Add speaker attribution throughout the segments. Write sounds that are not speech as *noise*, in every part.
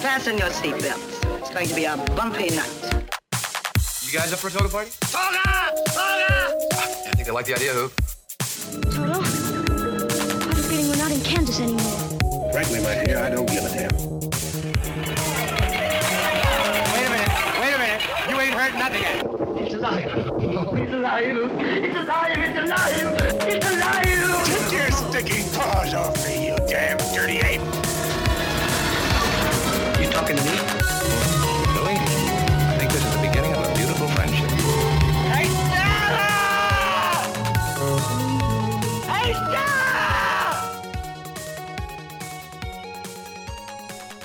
Speaker 1: Fasten your seatbelts. It's going to be a bumpy night.
Speaker 2: You guys up for a toga party?
Speaker 3: Toga! Toga!
Speaker 2: I think they like the idea, Hoop.
Speaker 4: Toto, I have a feeling we're not in Kansas anymore.
Speaker 5: Frankly, my dear, I don't give a damn.
Speaker 2: Wait a minute. Wait a minute. You ain't heard nothing yet.
Speaker 5: Take your sticky paws off me, you damn dirty ape!
Speaker 2: You talking to me? Louis, I think this is the beginning of a beautiful friendship.
Speaker 3: Hey, Stella! Hey,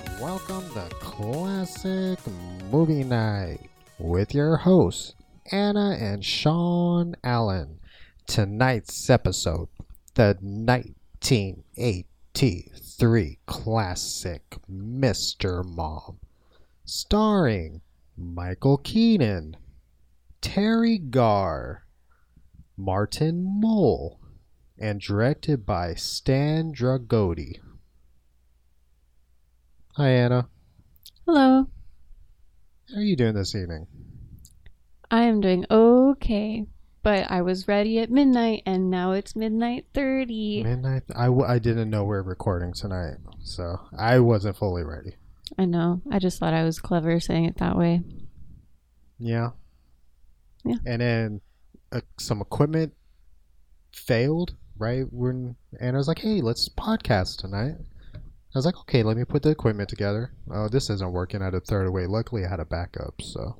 Speaker 3: Stella!
Speaker 6: Welcome to Classic Movie Night with your hosts, Anna and Sean Allen. Tonight's episode, the 1983 classic Mr. Mom, starring Michael Keaton, Terry Garr, Martin Mull, and directed by Stan Dragotti. Hi, Anna.
Speaker 7: Hello.
Speaker 6: How are you doing this evening?
Speaker 7: I am doing okay, but I was ready at midnight and now it's midnight 30.
Speaker 6: Midnight. I, w- I didn't know we are recording tonight, so I wasn't fully ready.
Speaker 7: I know. I just thought I was clever saying it that way.
Speaker 6: Yeah.
Speaker 7: Yeah.
Speaker 6: And then uh, some equipment failed, right? When and I was like, "Hey, let's podcast tonight." I was like, "Okay, let me put the equipment together." Oh, this isn't working at a third away. Luckily, I had a backup, so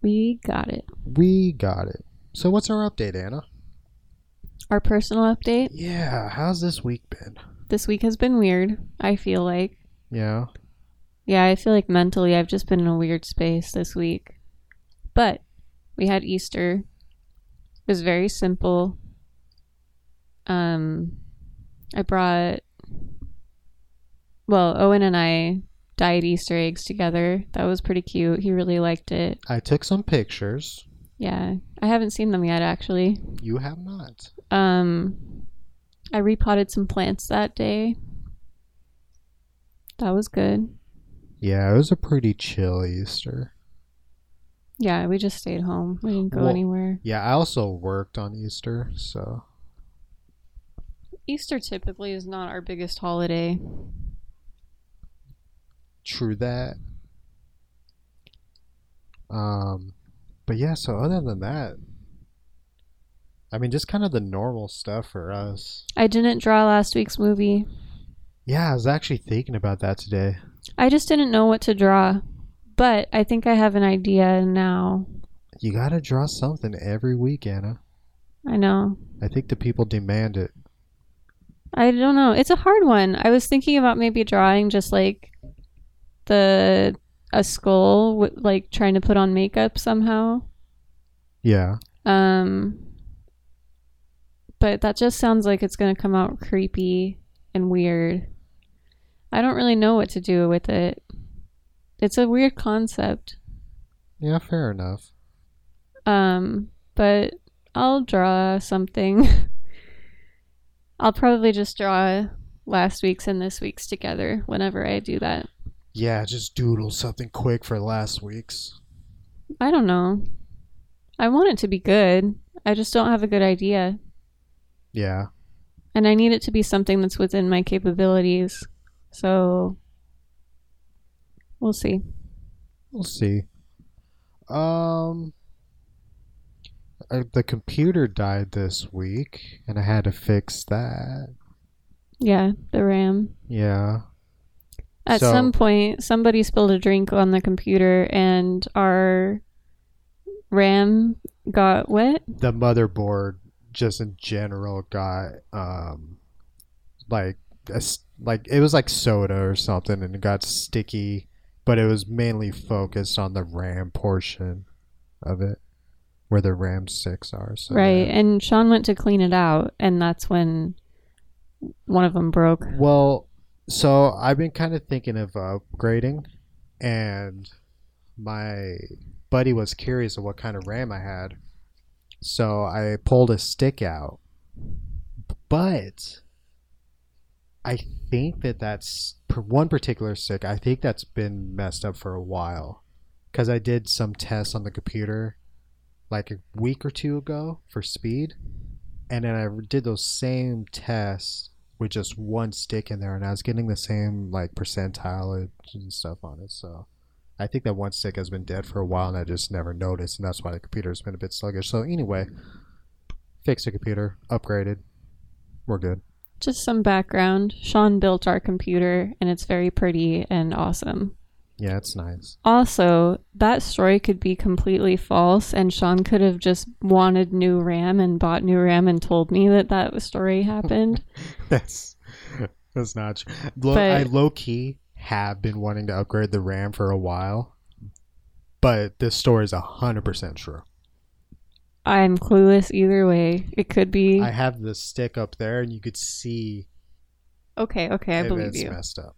Speaker 7: We got it.
Speaker 6: we got it. So, what's our update, Anna?
Speaker 7: Our personal update
Speaker 6: Yeah, how's this week been?
Speaker 7: this week has been weird, I feel like.
Speaker 6: Yeah.
Speaker 7: Yeah, I feel like mentally I've just been in a weird space this week. But we had Easter. It was very simple. Um I brought well, Owen and I dyed Easter eggs together. That was pretty cute. He really liked it.
Speaker 6: I took some pictures.
Speaker 7: Yeah. I haven't seen them yet actually.
Speaker 6: You have not.
Speaker 7: Um I repotted some plants that day. That was good.
Speaker 6: Yeah, it was a pretty chill Easter.
Speaker 7: Yeah, we just stayed home. We didn't go
Speaker 6: Well-
Speaker 7: anywhere.
Speaker 6: Yeah, I also worked on Easter, so
Speaker 7: Easter typically is not our biggest holiday.
Speaker 6: true that. Um, but yeah, so other than that, I mean, just kind of the normal stuff for us.
Speaker 7: I didn't draw last week's movie.
Speaker 6: Yeah, I was actually thinking about that today.
Speaker 7: I just didn't know what to draw, but I think I have an idea now.
Speaker 6: You gotta draw something every week, Anna.
Speaker 7: I know.
Speaker 6: I think the people demand it.
Speaker 7: I don't know. It's a hard one. I was thinking about maybe drawing just like the a skull with like trying to put on makeup somehow.
Speaker 6: Yeah.
Speaker 7: Um but that just sounds like it's going to come out creepy and weird. I don't really know what to do with it. It's a weird concept.
Speaker 6: Yeah, fair enough.
Speaker 7: Um, but I'll draw something. *laughs* I'll probably just draw last week's and this week's together whenever I do that.
Speaker 6: Yeah, just doodle something quick for last week's.
Speaker 7: I don't know. I want it to be good. I just don't have a good idea.
Speaker 6: Yeah.
Speaker 7: And I need it to be something that's within my capabilities. So we'll see.
Speaker 6: We'll see. Um, uh, the computer died this week, and I had to fix that.
Speaker 7: Yeah, the RAM.
Speaker 6: Yeah.
Speaker 7: At
Speaker 6: So-
Speaker 7: some point, somebody spilled a drink on the computer and our RAM got wet.
Speaker 6: The motherboard, just in general, got um, like a s like it was like soda or something, and it got sticky. But it was mainly focused on the RAM portion of it, where the RAM sticks are. So
Speaker 7: Right,
Speaker 6: yeah.
Speaker 7: and Sean went to clean it out, and that's when one of them broke.
Speaker 6: Well, so I've been kind of thinking of upgrading, and my buddy was curious of what kind of RAM I had, so I pulled a stick out. But I think that that's per- one particular stick. I think that's been messed up for a while, because I did some tests on the computer, like a week or two ago for speed, and then I did those same tests with just one stick in there, and I was getting the same like percentile and stuff on it. So. I think that one stick has been dead for a while, and I just never noticed, and that's why the computer's been a bit sluggish. So anyway, fixed the computer, upgraded, we're good.
Speaker 7: Just some background. Sean built our computer and it's very pretty and awesome.
Speaker 6: Yeah, it's nice. *laughs*
Speaker 7: Also, that story could be completely false and Sean could have just wanted new RAM and bought new RAM and told me that that story happened.
Speaker 6: *laughs* That's that's not true. Low,
Speaker 7: But-
Speaker 6: I low key have been wanting to upgrade the RAM for a while, but this story is hundred percent true.
Speaker 7: I'm clueless either way. It could be
Speaker 6: I have the stick up there, and you could see
Speaker 7: Okay, okay, I
Speaker 6: if
Speaker 7: believe
Speaker 6: it's
Speaker 7: you.
Speaker 6: messed up.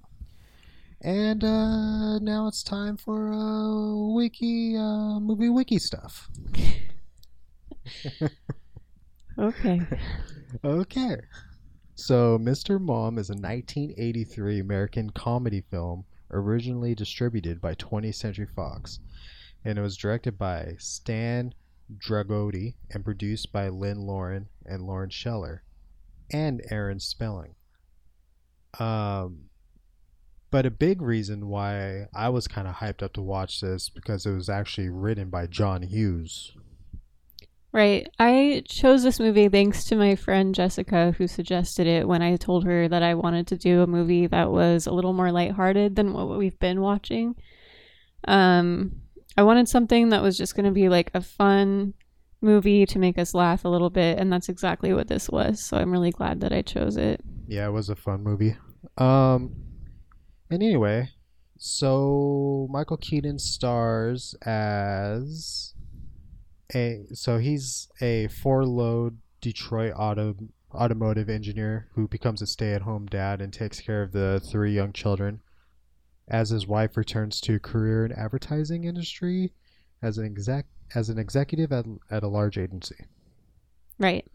Speaker 6: And uh, now it's time for uh, wiki uh, movie wiki stuff.
Speaker 7: Okay.
Speaker 6: Okay. So, Mr. Mom is a 1983 American comedy film originally distributed by 20th Century Fox, and it was directed by Stan Dragotti and produced by Lynn Lauren and Lauren Scheller and Aaron Spelling. Um, but a big reason why I was kind of hyped up to watch this because it was actually written by John Hughes.
Speaker 7: Right. I chose this movie thanks to my friend Jessica, who suggested it when I told her that I wanted to do a movie that was a little more lighthearted than what we've been watching. Um, I wanted something that was just going to be like a fun movie to make us laugh a little bit, and that's exactly what this was. So I'm really glad that I chose it.
Speaker 6: Yeah, it was a fun movie. Um, and anyway, so Michael Keaton stars as a so he's a four-load Detroit auto automotive engineer who becomes a stay-at-home dad and takes care of the three young children as his wife returns to a career in advertising industry as an exec as an executive at, at a large agency.
Speaker 7: Right.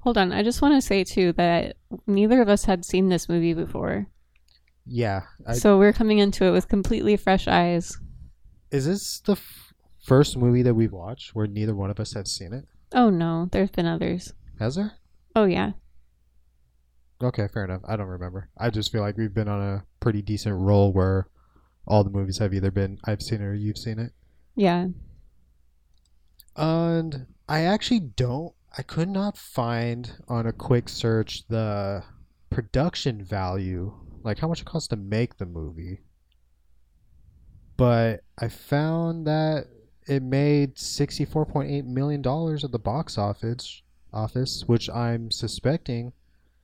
Speaker 7: Hold on. I just want to say, too, that neither of us had seen this movie before.
Speaker 6: Yeah, I,
Speaker 7: so we're coming into it with completely fresh eyes.
Speaker 6: Is this the f- first movie that we've watched where neither one of us have seen it?
Speaker 7: Oh no, there's been others.
Speaker 6: Has there?
Speaker 7: Oh yeah.
Speaker 6: Okay, fair enough. I don't remember. I just feel like we've been on a pretty decent roll where all the movies have either been I've seen it or you've seen it.
Speaker 7: Yeah.
Speaker 6: And I actually don't. I could not find on a quick search the production value, like how much it costs to make the movie. But I found that it made sixty-four point eight million dollars at the box office, office, which I'm suspecting.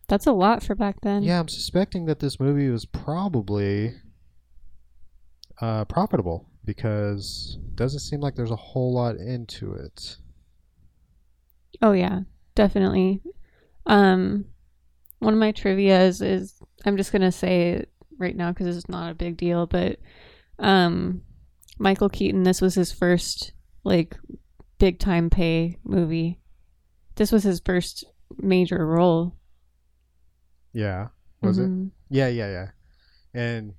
Speaker 7: That's a lot for back then.
Speaker 6: Yeah, I'm suspecting that this movie was probably uh, profitable because it doesn't seem like there's a whole lot into it.
Speaker 7: Oh yeah. Definitely. Um one of my trivias is I'm just going to say it right now cuz it's not a big deal, but um Michael Keaton this was his first like big time pay movie. This was his first major role.
Speaker 6: Yeah. Was it?
Speaker 7: Mhm.
Speaker 6: Yeah, yeah, yeah. And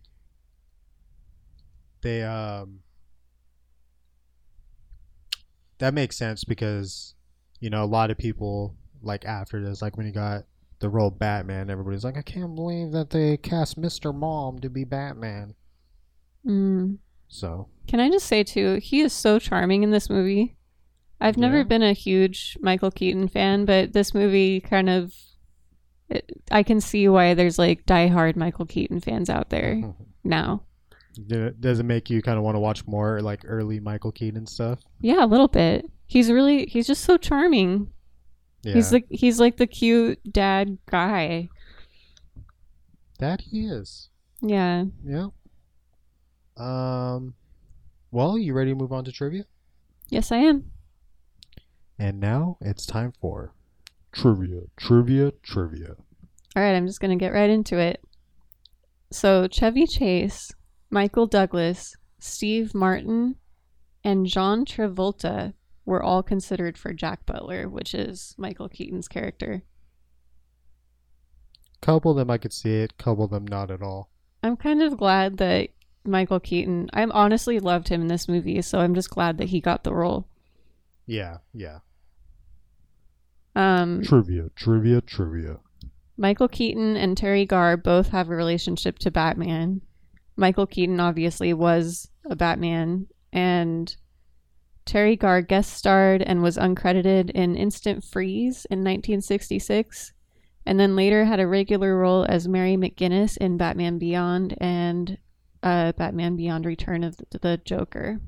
Speaker 6: they um that makes sense because you know a lot of people like after this like when he got the role Batman everybody's like I can't believe that they cast Mr. Mom to be Batman.
Speaker 7: Mm.
Speaker 6: So,
Speaker 7: Can I just say too, he is so charming in this movie. I've never
Speaker 6: Yeah.
Speaker 7: been a huge Michael Keaton fan, but this movie kind of it, I can see why there's like diehard Michael Keaton fans out
Speaker 6: Mm-hmm.
Speaker 7: there now.
Speaker 6: *laughs* did- does it make you kind of want to watch more like early Michael Keaton stuff?
Speaker 7: Yeah, a little bit. He's really he's just so charming.
Speaker 6: Yeah.
Speaker 7: He's like he's like the cute dad guy.
Speaker 6: that he is.
Speaker 7: Yeah.
Speaker 6: Yeah. Um well, you ready to move on to trivia?
Speaker 7: Yes, I am.
Speaker 6: And now it's time for trivia, trivia, trivia.
Speaker 7: All right, I'm just going to get right into it. So, Chevy Chase, Michael Douglas, Steve Martin, and John Travolta were all considered for Jack Butler, which is Michael Keaton's character.
Speaker 6: couple of them I could see it, couple of them not at all.
Speaker 7: I'm kind of glad that Michael Keaton. I honestly loved him in this movie, so I'm just glad that he got the role.
Speaker 6: Yeah, yeah.
Speaker 7: Um,
Speaker 6: Trivia, trivia, trivia.
Speaker 7: Michael Keaton and Terry Garr both have a relationship to Batman. Michael Keaton obviously was a Batman, and Terry Garr guest starred and was uncredited in Instant Freeze in 1966, and then later had a regular role as Mary McGinnis in Batman Beyond and uh, Batman Beyond Return of the, the Joker.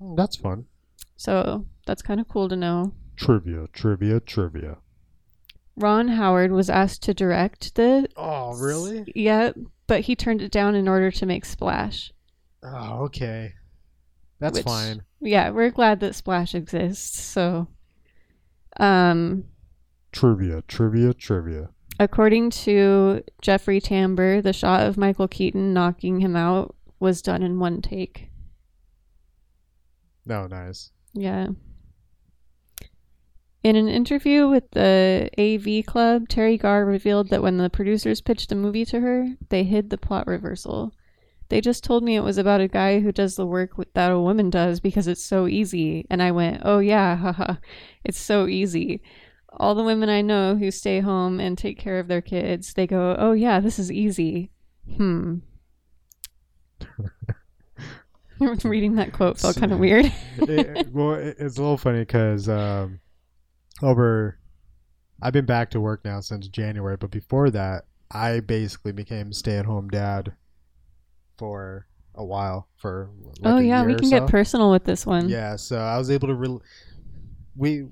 Speaker 6: Mm, That's fun.
Speaker 7: So that's kind of cool to know.
Speaker 6: Trivia, trivia, trivia.
Speaker 7: Ron Howard was asked to direct the
Speaker 6: Oh,
Speaker 7: Yeah, but he turned it down in order to make Splash.
Speaker 6: Oh, okay. That's
Speaker 7: which-
Speaker 6: fine.
Speaker 7: Yeah, we're glad that Splash exists. So, um,
Speaker 6: Trivia, trivia, trivia.
Speaker 7: according to Jeffrey Tambor, the shot of Michael Keaton knocking him out was done in one take.
Speaker 6: No, nice.
Speaker 7: Yeah. In an interview with the AV Club, Terry Garr revealed that when the producers pitched the movie to her, they hid the plot reversal. They just told me it was about a guy who does the work with- that a woman does because it's so easy. And I went, oh yeah, haha, it's so easy. All the women I know who stay home and take care of their kids, they go, oh yeah, this is easy. Hmm. *laughs* Reading that quote felt kind of weird.
Speaker 6: it, well, it, it's a little funny because um, over, I've been back to work now since January, but before that, I basically became stay-at-home dad for a while. For like
Speaker 7: oh
Speaker 6: a
Speaker 7: yeah,
Speaker 6: year
Speaker 7: we
Speaker 6: or
Speaker 7: can get
Speaker 6: so.
Speaker 7: personal with this one.
Speaker 6: Yeah, so I was able to. Re- we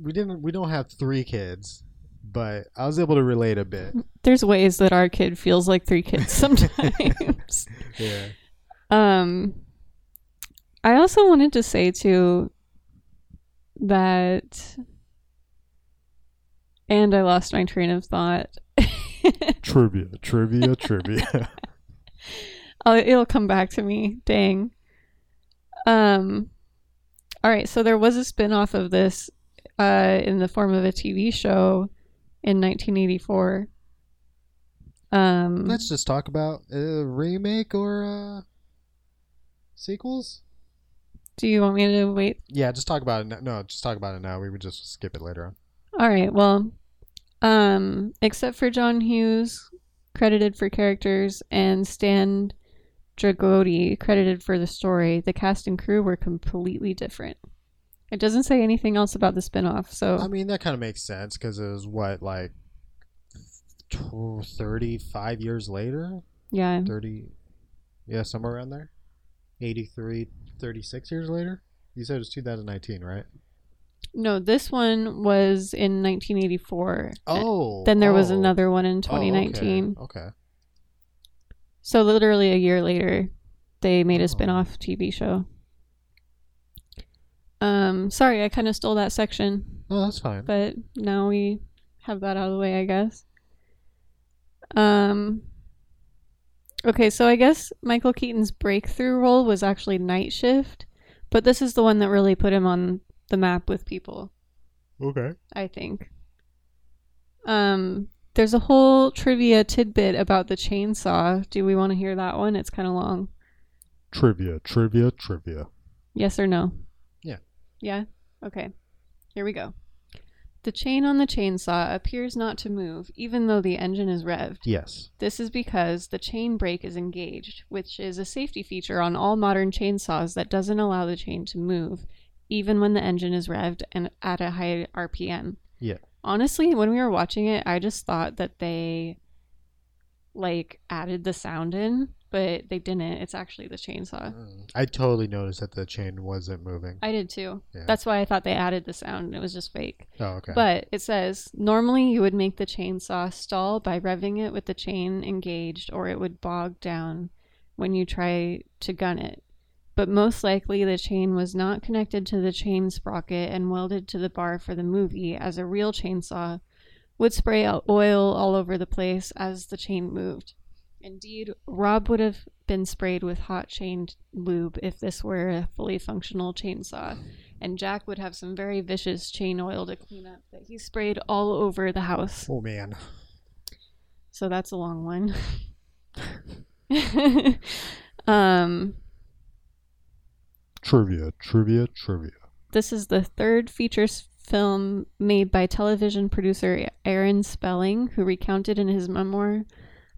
Speaker 6: we didn't we don't have three kids, but I was able to relate a bit.
Speaker 7: There's ways that our kid feels like
Speaker 6: *laughs*
Speaker 7: three kids sometimes. *laughs*
Speaker 6: Yeah.
Speaker 7: um I also wanted to say too that and I lost my train of thought.
Speaker 6: Trivia, trivia, trivia.
Speaker 7: I'll, Oh, it'll come back to me. Dang. Um. All right. So there was a spin off of this uh, in the form of a TV show in 1984. Um.
Speaker 6: *laughs* Let's just talk about a remake or uh, sequels.
Speaker 7: do you want me to wait
Speaker 6: Yeah, just talk about it. Now. No, just talk about it now. We would just skip it later on.
Speaker 7: All right. Well, um, except for John Hughes, credited for characters, and Stan Dragotti, credited for the story, the cast and crew were completely different. It doesn't say anything else about the spinoff, so
Speaker 6: I mean, that kind of makes sense because it was what like tw- thirty-five years later,
Speaker 7: yeah.
Speaker 6: thirty, yeah, somewhere around there, 83, 36 years later. You said it was two thousand nineteen, right?
Speaker 7: No, this one was in 1984.
Speaker 6: Oh,
Speaker 7: Then there was
Speaker 6: oh.
Speaker 7: another one in
Speaker 6: Oh, okay,
Speaker 7: 2019.
Speaker 6: Okay.
Speaker 7: So literally a year later, they made
Speaker 6: Oh.
Speaker 7: a spin-off TV show. Um, sorry, I kind of stole that section.
Speaker 6: No, that's fine.
Speaker 7: but now we have that out of the way, I guess. Um. Okay, so I guess Michael Keaton's breakthrough role was actually Night Shift, but this is the one that really put him on the map with people,
Speaker 6: okay.
Speaker 7: I think. Um, there's a whole trivia tidbit about the chainsaw. Do we want to hear that one? It's kind of long.
Speaker 6: Trivia, trivia, trivia.
Speaker 7: Yes or no?
Speaker 6: Yeah.
Speaker 7: Yeah? Okay. Here we go. The chain on the chainsaw appears not to move, even though the engine is revved.
Speaker 6: Yes.
Speaker 7: This is because the chain brake is engaged, which is a safety feature on all modern chainsaws that doesn't allow the chain to move, even when the engine is revved and at a high RPM.
Speaker 6: Yeah.
Speaker 7: Honestly, when we were watching it, I just thought that they like added the sound in, but they didn't. It's actually the chainsaw.
Speaker 6: Mm. I totally noticed that the chain wasn't moving.
Speaker 7: I did too.
Speaker 6: Yeah.
Speaker 7: That's why I thought they added the sound and it was just fake.
Speaker 6: oh, okay.
Speaker 7: But it says normally you would make the chainsaw stall by revving it with the chain engaged or it would bog down when you try to gun it. But most likely the chain was not connected to the chain sprocket and welded to the bar for the movie as a real chainsaw would spray out oil all over the place as the chain moved. Indeed, Rob would have been sprayed with hot chain lube if this were a fully functional chainsaw and Jack would have some very vicious chain oil to clean up that he sprayed all over the house.
Speaker 6: oh man.
Speaker 7: So that's a long one. *laughs* um,
Speaker 6: Trivia, trivia, trivia.
Speaker 7: this is the third feature s- film made by television producer Aaron Spelling, who recounted in his memoir,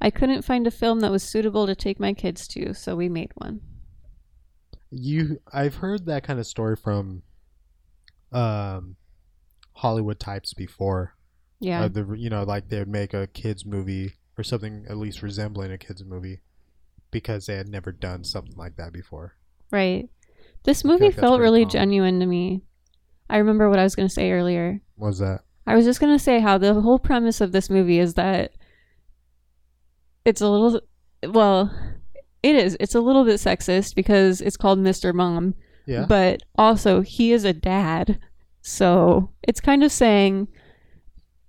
Speaker 7: I couldn't find a film that was suitable to take my kids to, so we made one.
Speaker 6: You, I've heard that kind of story from, um, Hollywood types before.
Speaker 7: Yeah.
Speaker 6: Uh, the you know like they'd make a kids movie or something at least resembling a kids movie, because they had never done something like that before.
Speaker 7: Right. This
Speaker 6: I feel
Speaker 7: movie
Speaker 6: like that's
Speaker 7: felt
Speaker 6: pretty
Speaker 7: really
Speaker 6: common.
Speaker 7: genuine to me. I remember what I was going to say earlier.
Speaker 6: What Was that?
Speaker 7: I was just going to say how the whole premise of this movie is that it's a little, well, it is. It's a little bit sexist because it's called Mr. Mom,
Speaker 6: Yeah.
Speaker 7: but also he is a dad. So it's kind of saying,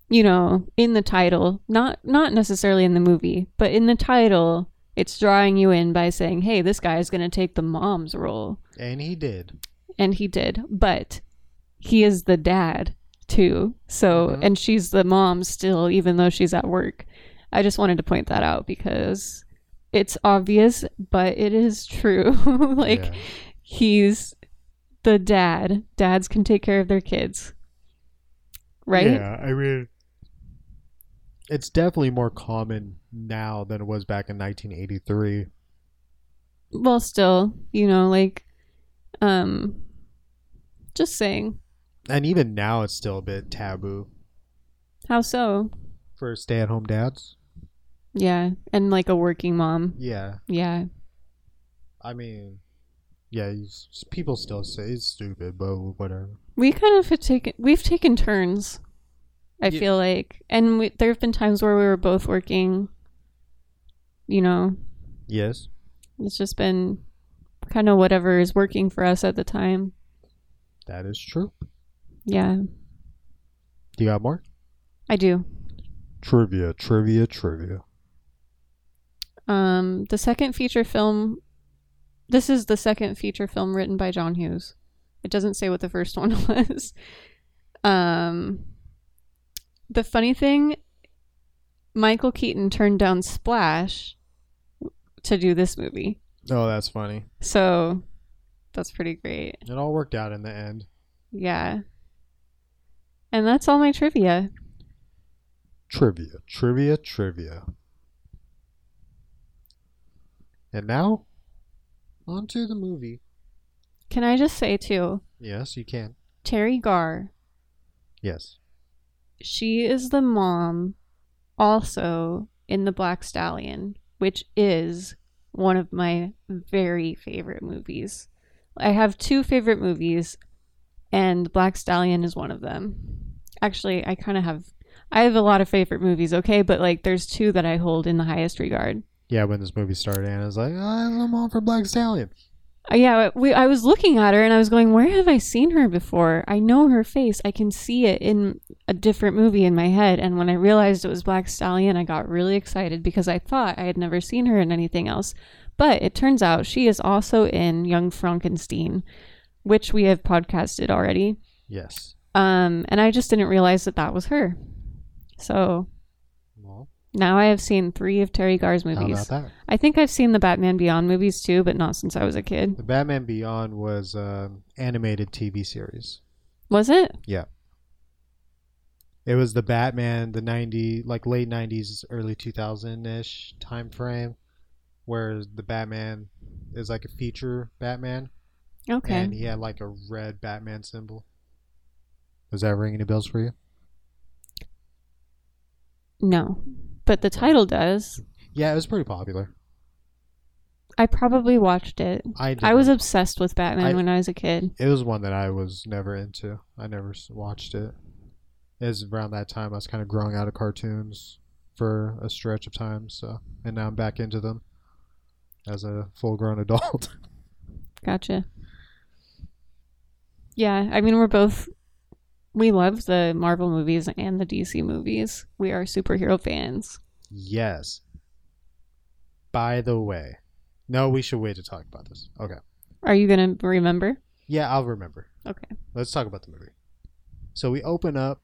Speaker 7: you know, in the title, not not necessarily in the movie, but in the title, it's drawing you in by saying, "Hey, this guy is going to take the mom's role."
Speaker 6: and he did.
Speaker 7: and he did but he is the dad too so
Speaker 6: Mhm.
Speaker 7: and she's the mom still even though she's at work i just wanted to point that out because it's obvious but it is true *laughs* like
Speaker 6: Yeah.
Speaker 7: he's the dad dads can take care of their kids right
Speaker 6: Yeah, I mean, it's definitely more common now than it was back in 1983.
Speaker 7: well still you know like um just saying
Speaker 6: And even now, it's still a bit taboo
Speaker 7: how so
Speaker 6: for stay at home dads.
Speaker 7: yeah and like a working mom
Speaker 6: Yeah.
Speaker 7: yeah
Speaker 6: I mean, yeah, you s- people still say it's stupid, but whatever.
Speaker 7: we kind of have taken we've taken turns i
Speaker 6: Yeah.
Speaker 7: feel like and we, there have been times where we were both working you know
Speaker 6: Yes.
Speaker 7: it's just been kind of whatever is working for us at the time
Speaker 6: That is true.
Speaker 7: yeah
Speaker 6: You got more?
Speaker 7: i do
Speaker 6: Trivia, trivia, trivia.
Speaker 7: um the second feature film this is the second feature film written by john hughes it doesn't say what the first *laughs* one was um the funny thing michael keaton turned down splash to do this movie
Speaker 6: Oh, that's funny.
Speaker 7: so that's pretty great
Speaker 6: It all worked out in the end.
Speaker 7: yeah and that's all my trivia
Speaker 6: Trivia, trivia, trivia. And now, on to the movie.
Speaker 7: can i just say too
Speaker 6: Yes, you can.
Speaker 7: terry garr
Speaker 6: Yes.
Speaker 7: she is the mom also in the black stallion which is one of my very favorite movies i have two favorite movies and black stallion is one of them actually i kind of have i have a lot of favorite movies okay but like there's two that i hold in the highest regard
Speaker 6: Yeah, when this movie started, Anna's like, "Ah, I'm on for Black Stallion.
Speaker 7: Uh, yeah we, i was looking at her and i was going where have i seen her before i know her face i can see it in a different movie in my head and when i realized it was black stallion i got really excited because i thought i had never seen her in anything else but it turns out she is also in young frankenstein which we have podcasted already
Speaker 6: Yes.
Speaker 7: um, and i just didn't realize that that was her so
Speaker 6: Well,
Speaker 7: now i have seen three of terry garr's
Speaker 6: how about
Speaker 7: movies
Speaker 6: that?
Speaker 7: i think i've seen the batman beyond movies too but not since i was a kid
Speaker 6: The Batman Beyond was um, animated TV series.
Speaker 7: was it
Speaker 6: Yeah. It was the Batman, the 90, like late 90s, early 2000 ish time frame, where the Batman is like a feature Batman,
Speaker 7: okay
Speaker 6: and he had like a red Batman symbol. Does that ring any bells for you?
Speaker 7: No, but the title does.
Speaker 6: Yeah, it was pretty popular.
Speaker 7: I probably watched it.
Speaker 6: I did
Speaker 7: I was
Speaker 6: not-
Speaker 7: obsessed with Batman
Speaker 6: I-
Speaker 7: when I was a kid.
Speaker 6: it was one that I was never into. I never s- watched it. It was around that time I was kind of growing out of cartoons for a stretch of time, so and now I'm back into them as a full-grown *laughs* adult.
Speaker 7: Gotcha. Yeah, I mean, we're both. We love the Marvel movies and the DC movies. We are superhero fans.
Speaker 6: yes. By the way, no, we should wait to talk about this. Okay.
Speaker 7: Are you going to remember?
Speaker 6: Yeah, I'll remember.
Speaker 7: Okay.
Speaker 6: Let's talk about the movie. So we open up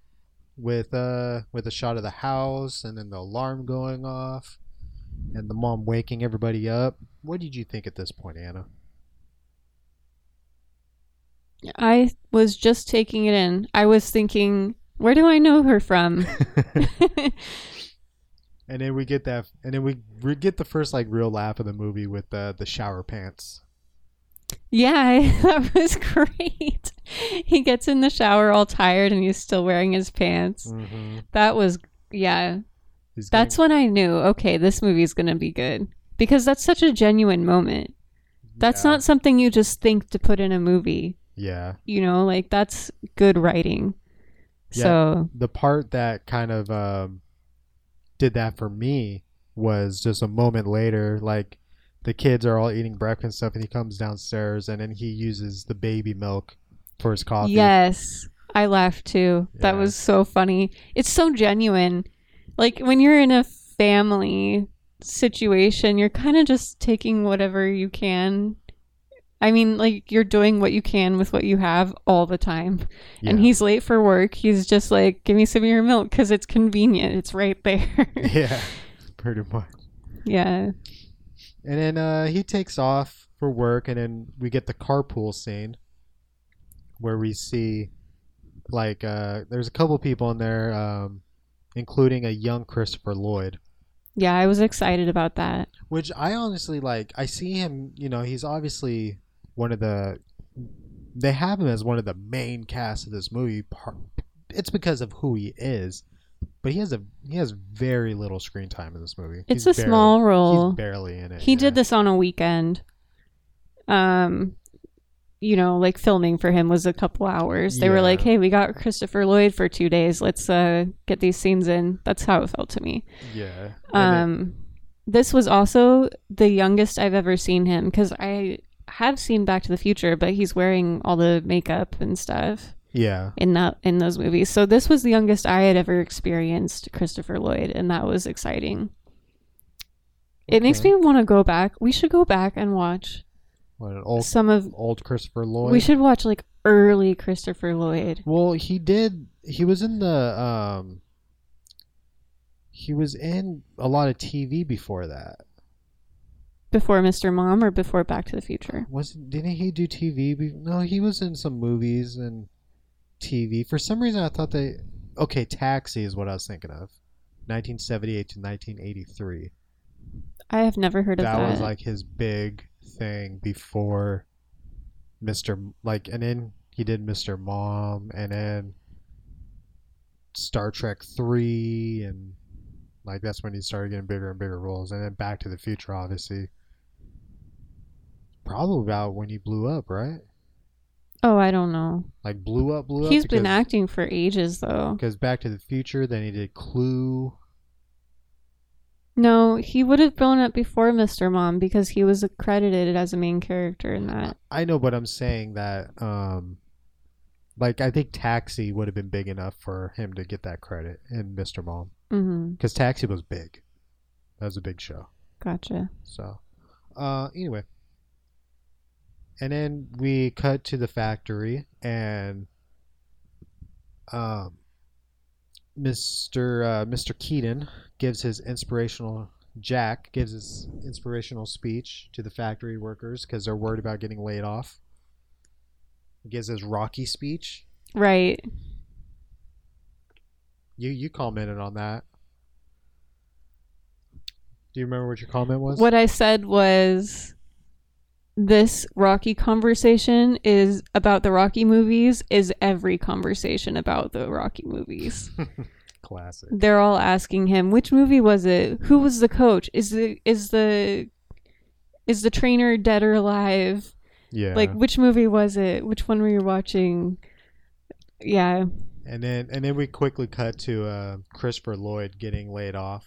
Speaker 6: with uh with a shot of the house and then the alarm going off and the mom waking everybody up. What did you think at this point, Anna?
Speaker 7: I was just taking it in. I was thinking, where do I know her from? *laughs*
Speaker 6: and then we get that and then we re- get the first like real laugh of the movie with uh, the the shower pants.
Speaker 7: yeah, *laughs* that was great. He gets in the shower all tired and he's still wearing his pants.
Speaker 6: Mm-hmm.
Speaker 7: That was, yeah,
Speaker 6: He's
Speaker 7: that's when I knew, okay, this movie's going to be good because that's such a genuine moment. That's
Speaker 6: Yeah.
Speaker 7: not something you just think to put in a movie.
Speaker 6: yeah.
Speaker 7: You know, like that's good writing.
Speaker 6: Yeah.
Speaker 7: So,
Speaker 6: the part that kind of um, did that for me was just a moment later like the kids are all eating breakfast and stuff and he comes downstairs and then he uses the baby milk for his coffee
Speaker 7: yes, I laughed too. That
Speaker 6: Yeah.
Speaker 7: was so funny. It's so genuine. Like when you're in a family situation, you're kind of just taking whatever you can. I mean, like you're doing what you can with what you have all the time. And
Speaker 6: Yeah.
Speaker 7: he's late for work. He's just like, give me some of your milk because it's convenient. It's right
Speaker 6: *laughs*
Speaker 7: there.
Speaker 6: *laughs* yeah pretty much
Speaker 7: yeah.
Speaker 6: and then uh, he takes off for work and then we get the carpool scene where we see like uh, there's a couple people in there um, including a young christopher lloyd
Speaker 7: Yeah, I was excited about that.
Speaker 6: which I honestly like. I see him, you know, he's obviously one of the. They have him as one of the main cast of this movie. Par- It's because of who he is, but he has a he has very little screen time in this movie.
Speaker 7: It's
Speaker 6: He's
Speaker 7: a small role.
Speaker 6: He's barely in it.
Speaker 7: He
Speaker 6: yeah.
Speaker 7: did this on a weekend. Um, you know, like filming for him was a couple hours. They were
Speaker 6: Yeah.
Speaker 7: like, "Hey, we got Christopher Lloyd for two days. Let's uh get these scenes in." That's how it felt to me.
Speaker 6: Yeah. And
Speaker 7: Um, this was also the youngest I've ever seen him because I have seen Back to the Future, but he's wearing all the makeup and stuff
Speaker 6: it- yeah.
Speaker 7: in that in those movies. So this was the youngest I had ever experienced Christopher Lloyd, and that was exciting. It makes
Speaker 6: Okay.
Speaker 7: me want to go back. We should go back and watch
Speaker 6: What, an old
Speaker 7: some of.
Speaker 6: old Christopher Lloyd.
Speaker 7: We should watch like early Christopher Lloyd.
Speaker 6: Well, he did. He was in the um. He was in a lot of TV before that.
Speaker 7: Before Mr. Mom or before Back to the Future?
Speaker 6: Was didn't he do TV? be- No, he was in some movies and TV. For some reason, I thought they. Okay, Taxi is what I was thinking of. 1978 to 1983.
Speaker 7: I have never heard
Speaker 6: That,
Speaker 7: of that.
Speaker 6: was like his big thing before Mr. M- Like, and then he did Mr. Mom, and then Star Trek Three, and like that's when he started getting bigger and bigger roles, and then Back to the Future, obviously. Probably about when he blew up, right?
Speaker 7: oh, I don't know.
Speaker 6: Like blew up, blew up.
Speaker 7: He's been
Speaker 6: because-
Speaker 7: acting for ages though.
Speaker 6: because Back to the Future. Then he did Clue.
Speaker 7: No, he would have blown up before Mr. Mom because he was accredited as a main character in that.
Speaker 6: I know, but I'm saying that, um, like I think Taxi would have been big enough for him to get that credit in Mr. Mom
Speaker 7: Mm-hmm.
Speaker 6: because Taxi was big. That was a big show.
Speaker 7: Gotcha.
Speaker 6: So, uh, anyway. And then we cut to the factory, and um, Mr. Uh, Mr. Keaton gives his inspirational. Jack gives his inspirational speech to the factory workers because they're worried about getting laid off. He gives his Rocky speech.
Speaker 7: Right.
Speaker 6: You you commented on that. Do you remember what your comment was?
Speaker 7: What I said was this Rocky conversation is about the Rocky movies is every conversation about the Rocky movies.
Speaker 6: *laughs* classic?
Speaker 7: They're all asking him, which movie was it? Who was the coach? Is the is the is the trainer dead or alive?
Speaker 6: Yeah.
Speaker 7: Like which movie was it? Which one were you watching? Yeah.
Speaker 6: And then and then we quickly cut to uh, Christopher Lloyd getting laid off.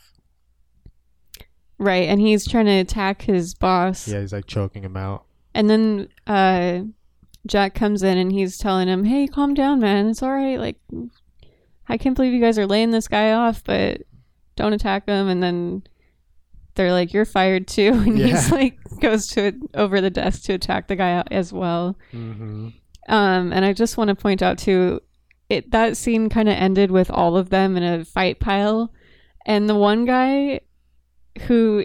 Speaker 7: Right, and he's trying to attack his boss.
Speaker 6: Yeah, he's like choking him out.
Speaker 7: And then uh, Jack comes in and he's telling him, "Hey, calm down, man. It's all right. Like, I can't believe you guys are laying this guy off, but don't attack him." And then they're like, "You're fired too." *laughs* And he's
Speaker 6: Yeah.
Speaker 7: like, goes to over the desk to attack the guy as well.
Speaker 6: Mm-hmm.
Speaker 7: Um, and I just want to point out too, it that scene kind of ended with all of them in a fight pile, and the one guy who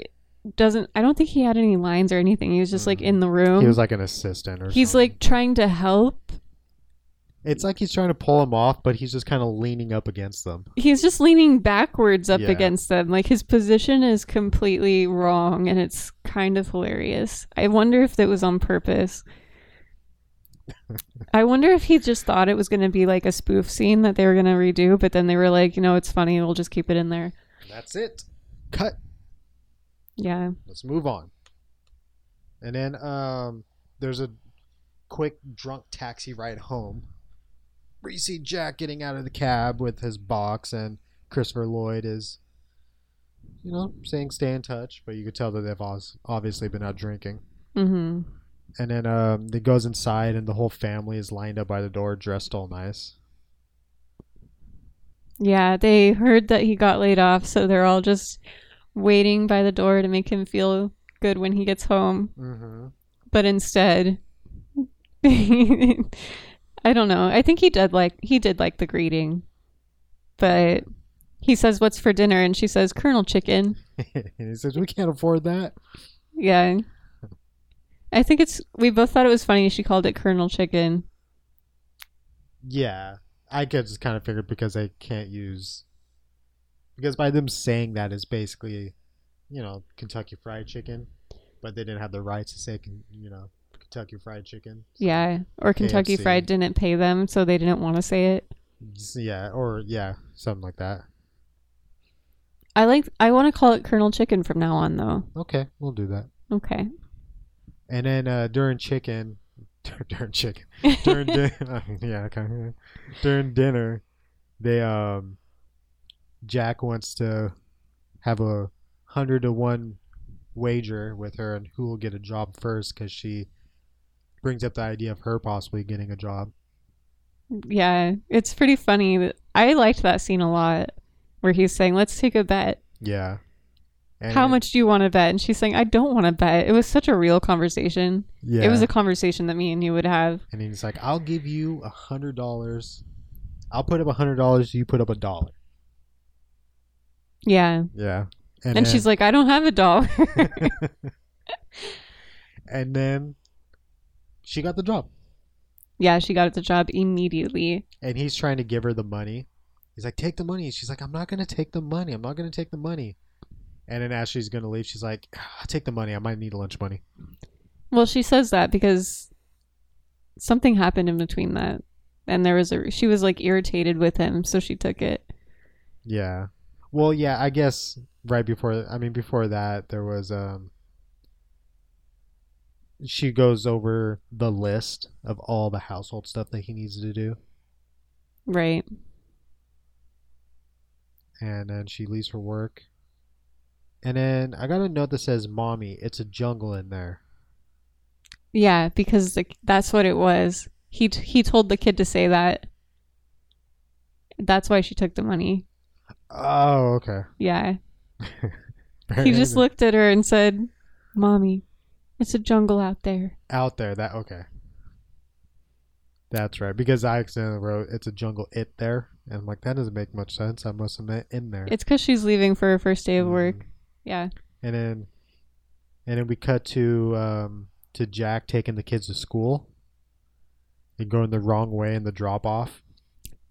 Speaker 7: doesn't I don't think he had any lines or anything. He was just like in the room.
Speaker 6: Mm. He was like an assistant or
Speaker 7: He's
Speaker 6: something.
Speaker 7: like trying to help.
Speaker 6: It's like he's trying to pull him off, but he's just kind of leaning up against them.
Speaker 7: He's just leaning backwards up
Speaker 6: Yeah.
Speaker 7: against them. Like his position is completely wrong and it's kind of hilarious. I wonder if that was
Speaker 6: *laughs*
Speaker 7: on purpose. I wonder if he just thought it was going to be like a spoof scene that they were going to redo, but then they were like, you know, it's funny. We'll just keep it in there.
Speaker 6: That's it. Cut.
Speaker 7: Yeah.
Speaker 6: Let's move on. And then um, there's a quick drunk taxi ride home. We see Jack getting out of the cab with his box, and Christopher Lloyd is, you know, saying stay in touch, but you could tell that they've obs- obviously been out drinking.
Speaker 7: Mm-hmm.
Speaker 6: And then um, they goes inside, and the whole family is lined up by the door, dressed all nice.
Speaker 7: Yeah. They heard that he got laid off, so they're all just waiting by the door to make him feel good when he gets home.
Speaker 6: Mm-hmm.
Speaker 7: but instead *laughs* I don't know. I think he did like he did like the greeting. But he says what's for dinner and she says Colonel Chicken.
Speaker 6: *laughs* and he says, "We can't afford that."
Speaker 7: Yeah. I think it's we both thought it was funny she called it Colonel Chicken.
Speaker 6: Yeah, I could just kind of figured because they can't use because by them saying that is basically, you know, Kentucky Fried Chicken, but they didn't have the rights to say, Ken- you know, Kentucky Fried Chicken.
Speaker 7: Yeah. Or Kentucky
Speaker 6: KFC.
Speaker 7: Fried didn't pay them, so they didn't want to say it.
Speaker 6: S- Yeah, or yeah, something like that.
Speaker 7: I like I want to call it Colonel Chicken from now on though.
Speaker 6: Okay, we'll do that.
Speaker 7: Okay.
Speaker 6: And then uh, during chicken, *laughs* during chicken, during
Speaker 7: *laughs*
Speaker 6: dinner, *laughs* yeah, okay. during dinner, they um, Jack wants to have a hundred to one wager with her and who will get a job first because she brings up the idea of her possibly getting a job.
Speaker 7: Yeah. It's pretty funny. I liked that scene a lot where he's saying, "Let's take a bet."
Speaker 6: Yeah. And
Speaker 7: How much do you want to bet? And she's saying, I don't want to bet. It was such a real conversation.
Speaker 6: Yeah.
Speaker 7: It was a conversation that me and you would have.
Speaker 6: and he's like, "I'll give you a hundred dollars. I'll put up a hundred dollars. You put up a dollar."
Speaker 7: Yeah.
Speaker 6: Yeah.
Speaker 7: And she's like, I don't have a dollar.
Speaker 6: and then she got the job.
Speaker 7: *laughs* yeah, she got the job immediately.
Speaker 6: and he's trying to give her the money. He's like, "Take the money." She's like, "I'm not gonna take the money. I'm not gonna take the money." And then as she's gonna leave, she's like, "I'll take the money. I might need lunch money."
Speaker 7: Well, she says that because something happened in between that. And there was a, she was like irritated with him. So she took it.
Speaker 6: Yeah. Well, yeah, I guess right before. I mean, before that, there was um. She goes over the list of all the household stuff that he needs to do,
Speaker 7: Right.
Speaker 6: and then she leaves for work. And then I got a note that says, "Mommy, it's a jungle in there."
Speaker 7: Yeah. Because like, that's what it was. He, t- he told the kid to say that. That's why she took the money.
Speaker 6: Oh, okay.
Speaker 7: Yeah.
Speaker 6: *laughs*
Speaker 7: He just looked at her and said, "Mommy, it's a jungle out there."
Speaker 6: out there. That okay. That's right. Because I accidentally wrote it's a jungle it there. And I'm like, that doesn't make much sense. I must have meant in there. Um,
Speaker 7: It's because she's leaving for her first day of work.
Speaker 6: Mm.
Speaker 7: Yeah,
Speaker 6: And then and then we cut to um to Jack taking the kids to school and going the wrong way in the drop off.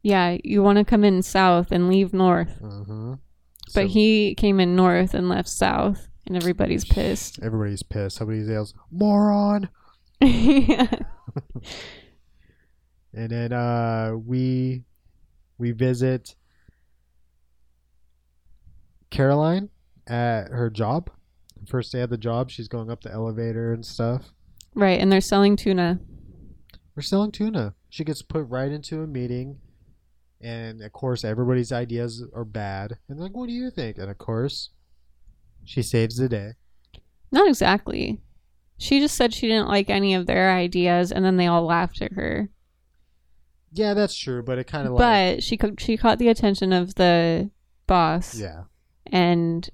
Speaker 7: yeah. You want to come in south and leave north,
Speaker 6: Mm-hmm.
Speaker 7: but he came in north and left south, and
Speaker 6: *laughs*
Speaker 7: everybody's pissed. *laughs*
Speaker 6: everybody's pissed. Somebody yells, Moron
Speaker 7: yeah.
Speaker 6: and then uh, we we visit Caroline at her job. First day of the job, she's going up the elevator and stuff.
Speaker 7: Right, and they're selling tuna.
Speaker 6: We're selling tuna. She gets put right into a meeting, and of course, everybody's ideas are bad. And like, what do you think? And of course, she saves the day.
Speaker 7: Not exactly. She just said she didn't like any of their ideas, and then they all laughed at her.
Speaker 6: Yeah, that's true, but it kind of like
Speaker 7: But she ca- she caught the attention of the boss.
Speaker 6: yeah,
Speaker 7: and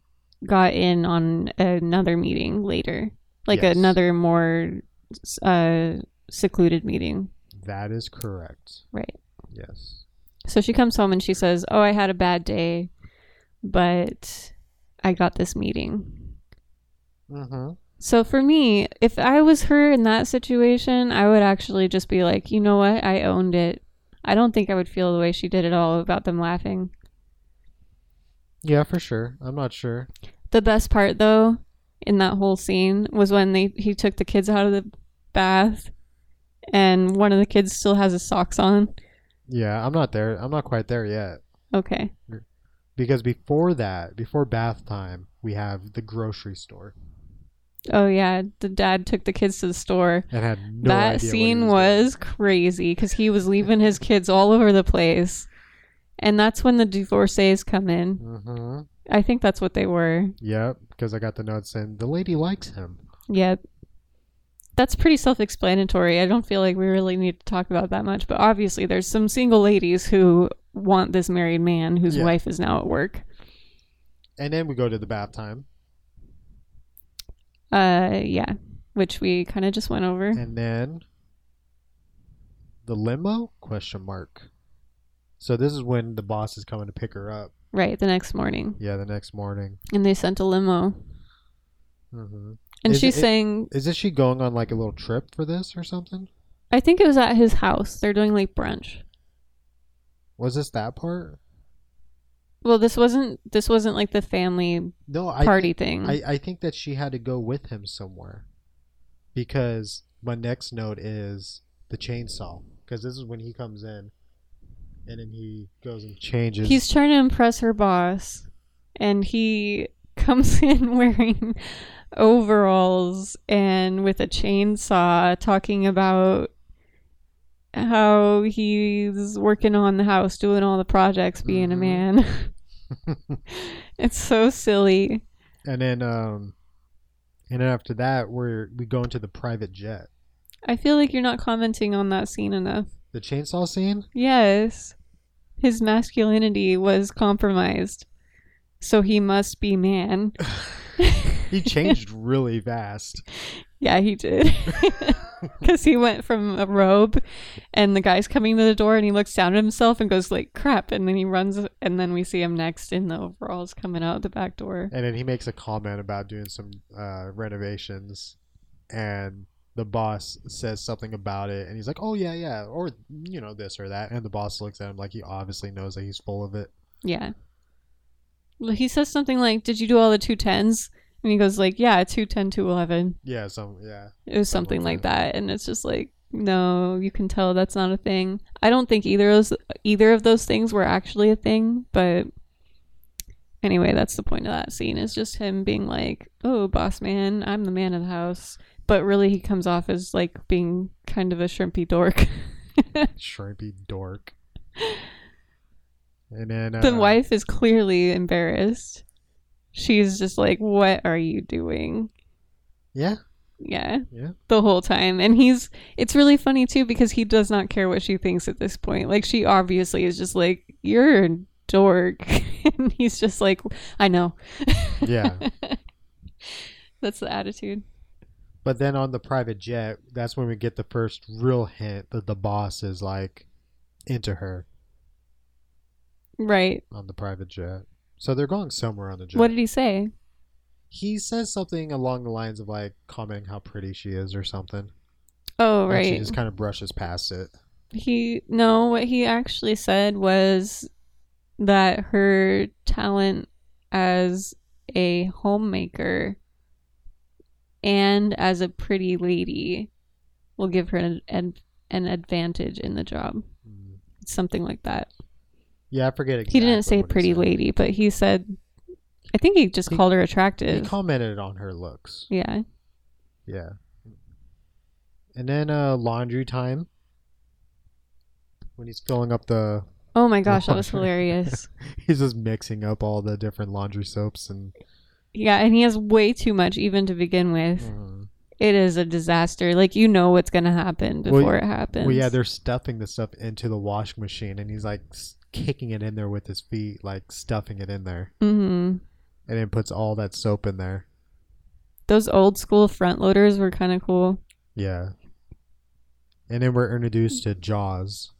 Speaker 7: got in on another meeting later, like
Speaker 6: Yes.
Speaker 7: another more uh, secluded meeting.
Speaker 6: that is correct.
Speaker 7: Right.
Speaker 6: Yes.
Speaker 7: So she comes home and she says, "Oh, I had a bad day, but I got this meeting."
Speaker 6: Mm-hmm.
Speaker 7: So for me, if I was her in that situation, I would actually just be like, "You know what? I owned it." I don't think I would feel the way she did at all about them laughing.
Speaker 6: Yeah, for sure. I'm not sure.
Speaker 7: The best part though in that whole scene was when they he took the kids out of the bath and one of the kids still has his socks on.
Speaker 6: Yeah, I'm not there. I'm not quite there yet.
Speaker 7: Okay.
Speaker 6: Because before that, before bath time, we have the grocery store
Speaker 7: Oh yeah, the dad took the kids to the store.
Speaker 6: and had no idea
Speaker 7: that
Speaker 6: what he was
Speaker 7: scene
Speaker 6: doing.
Speaker 7: was crazy cuz he was leaving his kids all over the place. And that's when the divorcees come in.
Speaker 6: Mm-hmm.
Speaker 7: I think that's what they were.
Speaker 6: Yep, because I got the notes and the lady likes him.
Speaker 7: Yeah. That's pretty self explanatory. I don't feel like we really need to talk about that much, but obviously there's some single ladies who want this married man whose
Speaker 6: Yeah.
Speaker 7: wife is now at work.
Speaker 6: And then we go to the bath time,
Speaker 7: Uh yeah. Which we kinda just went over.
Speaker 6: and then the limo question mark. So this is when the boss is coming to pick her up.
Speaker 7: Right, the next morning.
Speaker 6: Yeah, the next morning.
Speaker 7: And they sent a limo.
Speaker 6: hmm
Speaker 7: And
Speaker 6: Is
Speaker 7: she's
Speaker 6: it-
Speaker 7: saying
Speaker 6: Is this she going on like a little trip for this or something?
Speaker 7: I think it was at his house. They're doing like brunch.
Speaker 6: Was this that part?
Speaker 7: Well, this wasn't this wasn't like the family
Speaker 6: No, I
Speaker 7: party
Speaker 6: thi-
Speaker 7: thing.
Speaker 6: I, I think that she had to go with him somewhere because my next note is the chainsaw because this is when he comes in and then he goes and changes.
Speaker 7: He's trying to impress her boss, and he comes *laughs* in wearing overalls and with a chainsaw, talking about how he's working on the house, doing all the projects, being a
Speaker 6: Mhm.
Speaker 7: man. *laughs* it's so silly.
Speaker 6: and then um and then after that we're we go into the private jet.
Speaker 7: I feel like you're not commenting on that scene enough.
Speaker 6: The chainsaw scene?
Speaker 7: Yes. His masculinity was compromised. So he must be man.
Speaker 6: He changed really fast.
Speaker 7: Yeah, he did. *laughs* Because he went from a robe and the guy's coming to the door and he looks down at himself and goes like, crap. And then he runs and then we see him next in the overalls coming out the back door.
Speaker 6: And then he makes a comment about doing some uh, renovations and the boss says something about it and he's like, "Oh yeah, yeah," or you know this or that. And the boss looks at him like he obviously knows that he's full of it.
Speaker 7: Yeah. Well, He says something like, did you do all the two tens? And he goes like, yeah, two ten, two eleven.
Speaker 6: Yeah, some
Speaker 7: *laughs*
Speaker 6: yeah.
Speaker 7: It was
Speaker 6: Something
Speaker 7: something
Speaker 6: like
Speaker 7: like that, and it's just like no, you can tell that's not a thing. I don't think either of those either of those things were actually a thing, but anyway, that's the point of that scene is just him being like, "Oh, boss man, I'm the man of the house," but really he comes off as like being kind of a shrimpy dork. *laughs*
Speaker 6: Shrimpy dork. And then uh,
Speaker 7: the wife is clearly embarrassed. She's just like, "What are you doing?"
Speaker 6: Yeah.
Speaker 7: Yeah.
Speaker 6: Yeah.
Speaker 7: The whole time. And he's it's really funny too because he does not care what she thinks at this point. Like she obviously is just like, You're a dork *laughs* and he's just like, I know. *laughs*
Speaker 6: Yeah.
Speaker 7: That's the attitude.
Speaker 6: But then on the private jet, that's when we get the first real hint that the boss is like into her
Speaker 7: Right.
Speaker 6: on the private jet. So they're going somewhere on the jet.
Speaker 7: What did he say?
Speaker 6: he says something along the lines of like commenting how pretty she is or something.
Speaker 7: Oh
Speaker 6: And she
Speaker 7: right.
Speaker 6: just kind of brushes past it.
Speaker 7: He no, what he actually said was that her talent as a homemaker and as a pretty lady will give her an an, an advantage in the job.
Speaker 6: Mm.
Speaker 7: Something like that.
Speaker 6: Yeah, I forget exactly.
Speaker 7: He didn't say
Speaker 6: what he
Speaker 7: pretty
Speaker 6: said.
Speaker 7: lady, but he said I think he just
Speaker 6: He-
Speaker 7: called her
Speaker 6: He
Speaker 7: attractive.
Speaker 6: commented on her looks.
Speaker 7: yeah.
Speaker 6: Yeah. And then uh, laundry time when he's filling up the *laughs*
Speaker 7: Oh my gosh, that was
Speaker 6: Laundry.
Speaker 7: hilarious.
Speaker 6: he's just mixing up all the different laundry soaps and
Speaker 7: yeah, and he has way too much even to
Speaker 6: Mm.
Speaker 7: begin with. It is a disaster. Like you know what's gonna happen
Speaker 6: Well,
Speaker 7: before it happens.
Speaker 6: well yeah they're stuffing the stuff into the washing machine and he's like s- kicking it in there with his feet like stuffing it in there
Speaker 7: hmm
Speaker 6: and then puts all that soap in there
Speaker 7: Those old school front loaders were kind of cool.
Speaker 6: yeah and then we're introduced to jaws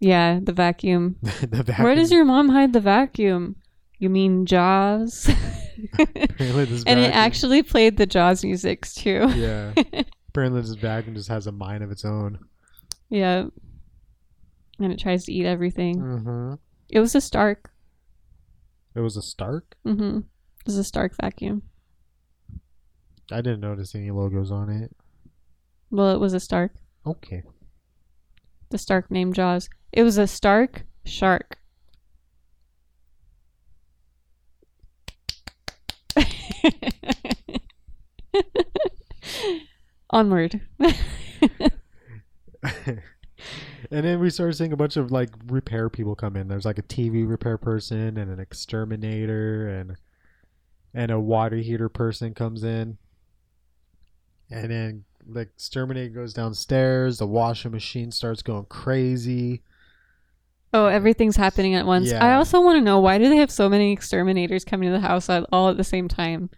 Speaker 7: Yeah, the vacuum.
Speaker 6: *laughs* the vacuum.
Speaker 7: Where does your mom hide the vacuum? You mean Jaws?
Speaker 6: *laughs*
Speaker 7: *laughs*
Speaker 6: apparently this
Speaker 7: and it
Speaker 6: vacuum-
Speaker 7: actually played the Jaws music too.
Speaker 6: *laughs*
Speaker 7: *laughs*
Speaker 6: yeah. Apparently this vacuum just has a mind of its own.
Speaker 7: yeah. And it tries to eat everything.
Speaker 6: Mm-hmm.
Speaker 7: It was a Stark.
Speaker 6: It was a Stark.
Speaker 7: Mm-hmm. It was a Stark vacuum.
Speaker 6: I didn't notice any logos on it.
Speaker 7: Well, it was a Stark.
Speaker 6: Okay.
Speaker 7: The Stark named Jaws. It was a Stark shark. *laughs* Onward.
Speaker 6: *laughs* And then we started seeing a bunch of like repair people come in. There's like a TV repair person and an exterminator and and a water heater person comes in. And then the exterminator goes downstairs, the washing machine starts going crazy.
Speaker 7: Oh, everything's happening at once.
Speaker 6: Yeah.
Speaker 7: I also want to know why do they have so many exterminators coming to the house at, all at the same time?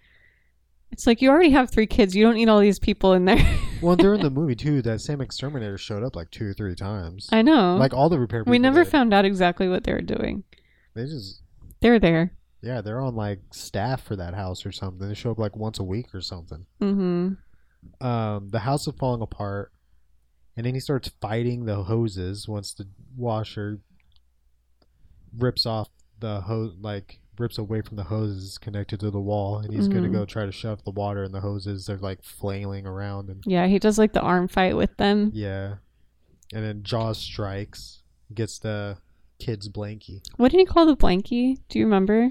Speaker 7: It's like you already have three kids. You don't need all these people in there. *laughs*
Speaker 6: Well, during the movie too, that same exterminator showed up like two or three times.
Speaker 7: I know.
Speaker 6: Like all the repair people
Speaker 7: we never
Speaker 6: did.
Speaker 7: found out exactly what they were doing.
Speaker 6: they just
Speaker 7: They're there.
Speaker 6: yeah, they're on like staff for that house or something. They show up like once a week or something.
Speaker 7: Mm-hmm.
Speaker 6: um, the house is falling apart, and then he starts fighting the hoses once the washer rips off the hose, like rips away from the hoses connected to the wall, and he's gonna
Speaker 7: Mhm.
Speaker 6: go try to shut off the water, and the hoses they're like flailing around, and
Speaker 7: Yeah, he does like the arm fight with them.
Speaker 6: yeah, and then Jaws strikes, gets the kid's blankie.
Speaker 7: What did he call the blankie? Do you remember?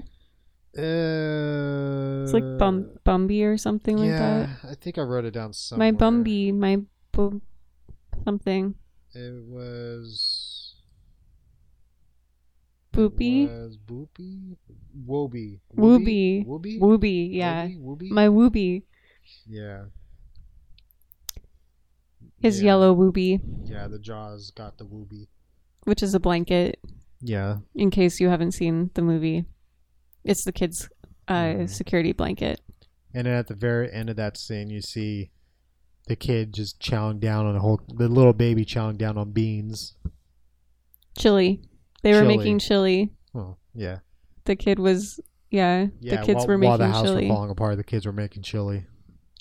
Speaker 6: Uh,
Speaker 7: It's like bum Bumby or something like that.
Speaker 6: Yeah, I think I wrote it down somewhere.
Speaker 7: My Bumby, my bu- something.
Speaker 6: It was.
Speaker 7: Boopy?
Speaker 6: Was Boopy? Wooby.
Speaker 7: Wooby.
Speaker 6: Wooby?
Speaker 7: Wooby, yeah.
Speaker 6: Wooby? Wooby?
Speaker 7: My Wooby.
Speaker 6: Yeah.
Speaker 7: His
Speaker 6: Yeah.
Speaker 7: yellow Wooby,
Speaker 6: Yeah, the Jaws got the Wooby.
Speaker 7: which is a blanket.
Speaker 6: Yeah.
Speaker 7: in case you haven't seen the movie. It's the kid's uh,
Speaker 6: Mhm.
Speaker 7: security blanket.
Speaker 6: And then at the very end of that scene, you see the kid just chowing down on a whole. The little baby chowing down on beans.
Speaker 7: Chili. They were
Speaker 6: Chili.
Speaker 7: making chili.
Speaker 6: Oh, yeah.
Speaker 7: The kid was, yeah,
Speaker 6: Yeah,
Speaker 7: the kids
Speaker 6: while,
Speaker 7: were
Speaker 6: while
Speaker 7: making
Speaker 6: the house
Speaker 7: chili.
Speaker 6: was falling apart, the kids were making chili.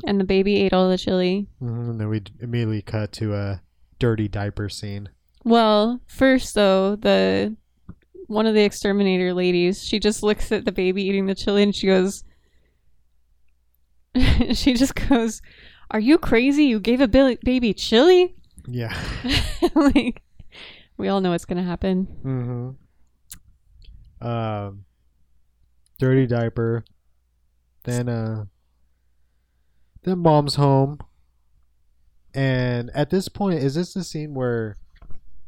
Speaker 7: And the baby ate all the chili.
Speaker 6: Mhm, And then we immediately cut to a dirty diaper scene.
Speaker 7: Well, first though, the one of the exterminator ladies, she just looks at the baby eating the chili and she goes *laughs* she just goes, "Are you crazy? You gave a bil- baby chili?" *laughs*
Speaker 6: Yeah.
Speaker 7: like we all know what's going to happen.
Speaker 6: Mm-hmm. Um, dirty diaper. Then uh, then mom's home. And at this point, is this the scene where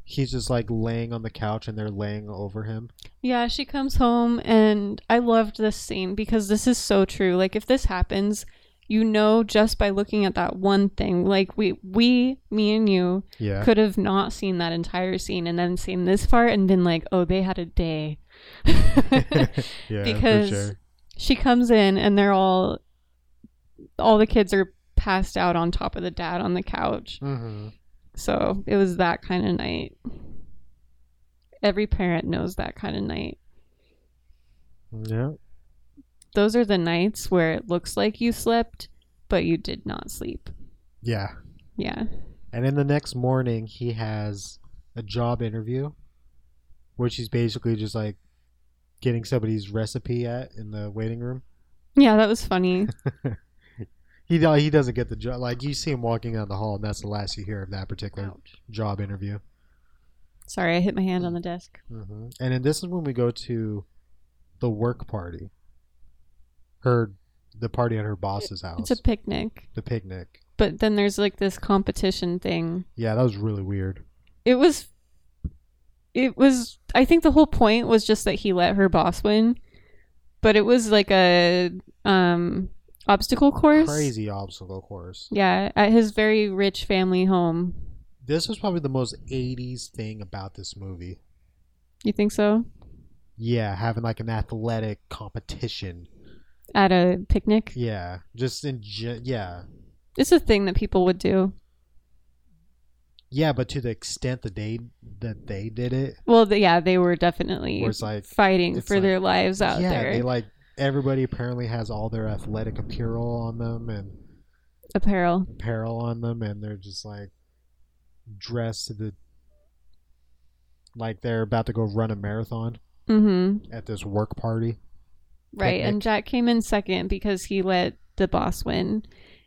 Speaker 6: he's just like laying on the couch and they're laying over him?
Speaker 7: Yeah, she comes home, and I loved this scene because this is so true. Like, if this happens, you know, just by looking at that one thing, like we, we, me and you,
Speaker 6: Yeah.
Speaker 7: could have not seen that entire scene and then seen this part and been like, oh, they had a day.
Speaker 6: *laughs* yeah,
Speaker 7: because
Speaker 6: for sure.
Speaker 7: she comes in, and they're all, all the kids are passed out on top of the dad on the couch.
Speaker 6: Mm-hmm.
Speaker 7: So it was that kind of night. Every parent knows that kind of night.
Speaker 6: Yeah.
Speaker 7: those are the nights where it looks like you slept, but you did not sleep.
Speaker 6: Yeah.
Speaker 7: Yeah.
Speaker 6: And then the next morning, he has a job interview, which he's basically just like getting somebody's recipe at in the waiting room.
Speaker 7: Yeah, that
Speaker 6: *laughs*
Speaker 7: was funny.
Speaker 6: He do- he doesn't get the job. Like you see him walking down the hall, and that's the last you hear of that particular job interview.
Speaker 7: Sorry, I hit my hand on the desk.
Speaker 6: hmm And then this is when we go to the work party. Her, the party at her boss's house,
Speaker 7: It's a picnic.
Speaker 6: the picnic.
Speaker 7: But then there's like this competition thing.
Speaker 6: Yeah, that was really weird.
Speaker 7: It was it was I think the whole point was just that he let her boss win. But it was like a um obstacle course.
Speaker 6: Crazy obstacle course.
Speaker 7: Yeah, at his very rich family home.
Speaker 6: This was probably the most '80s thing about this movie.
Speaker 7: You think so?
Speaker 6: Yeah, having like an athletic competition.
Speaker 7: At a picnic?
Speaker 6: Yeah, just in ge- yeah,
Speaker 7: It's a thing that people would do.
Speaker 6: Yeah, but to the extent that they that they did it,
Speaker 7: Well, th yeah, they were definitely
Speaker 6: where it's like
Speaker 7: fighting
Speaker 6: it's
Speaker 7: for
Speaker 6: like-
Speaker 7: their lives out
Speaker 6: yeah,
Speaker 7: there.
Speaker 6: they like everybody apparently has all their athletic apparel on them and
Speaker 7: apparel.
Speaker 6: apparel on them, and they're just like dressed to the like they're about to go run a marathon
Speaker 7: hmm
Speaker 6: at this work party.
Speaker 7: Right. And Jack came in second because he let the boss win.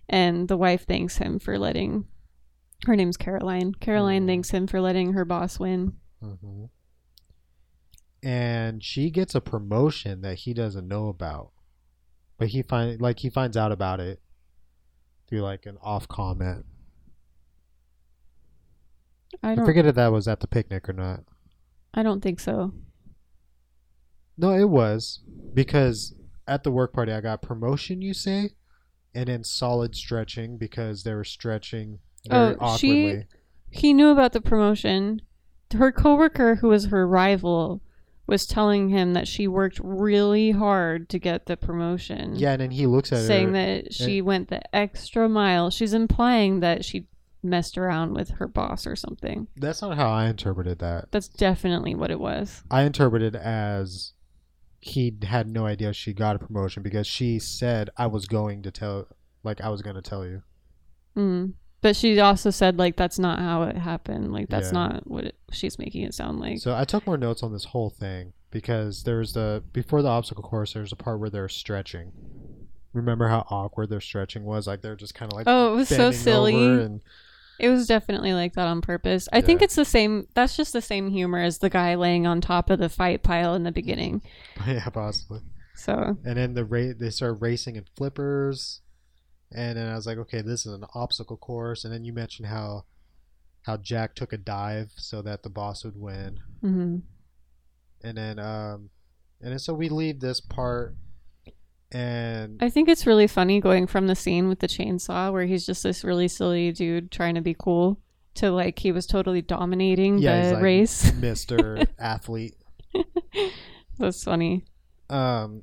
Speaker 7: And the wife thanks him for letting her name's Caroline. Caroline
Speaker 6: Mhm.
Speaker 7: thanks him for letting her boss win.
Speaker 6: hmm And she gets a promotion that he doesn't know about, but he find like he finds out about it through like an off comment.
Speaker 7: I
Speaker 6: I,
Speaker 7: don't
Speaker 6: forget if that was at the picnic or not.
Speaker 7: I don't think so.
Speaker 6: No, it was because at the work party I got promotion. You say, and then solid stretching because they were stretching very
Speaker 7: Oh, she-
Speaker 6: awkwardly.
Speaker 7: He knew about the promotion. Her coworker who was her rival was telling him that she worked really hard to get the promotion.
Speaker 6: Yeah, and then he looks at her
Speaker 7: saying that she went the extra mile. She's implying that she messed around with her boss or something.
Speaker 6: That's not how I interpreted that.
Speaker 7: That's definitely what it was.
Speaker 6: I interpreted as he had no idea she got a promotion because she said I was going to tell like I was going to tell you.
Speaker 7: Mm. But she also said like that's not how it happened. Like that's
Speaker 6: Yeah.
Speaker 7: not what it, she's making it sound like.
Speaker 6: So I took more notes on this whole thing because there's the before the obstacle course there's a part where they're stretching. Remember how awkward their stretching was? Like they're just kind of like
Speaker 7: Oh, it was so
Speaker 6: bending over
Speaker 7: silly.
Speaker 6: and *laughs*
Speaker 7: it was definitely like that on purpose. I think
Speaker 6: Yeah.
Speaker 7: it's the same. That's just the same humor as the guy laying on top of the fight pile in the beginning.
Speaker 6: yeah, possibly.
Speaker 7: So
Speaker 6: And then the ra- they start racing in flippers, and then I was like, okay, this is an obstacle course. And then you mentioned how how Jack took a dive so that the boss would win.
Speaker 7: mhm.
Speaker 6: and then um and then so we leave this part and
Speaker 7: I think it's really funny going from the scene with the chainsaw where he's just this really silly dude trying to be cool to like he was totally dominating
Speaker 6: Yeah,
Speaker 7: the
Speaker 6: he's like-
Speaker 7: race. *laughs*
Speaker 6: mr athlete
Speaker 7: That's funny.
Speaker 6: um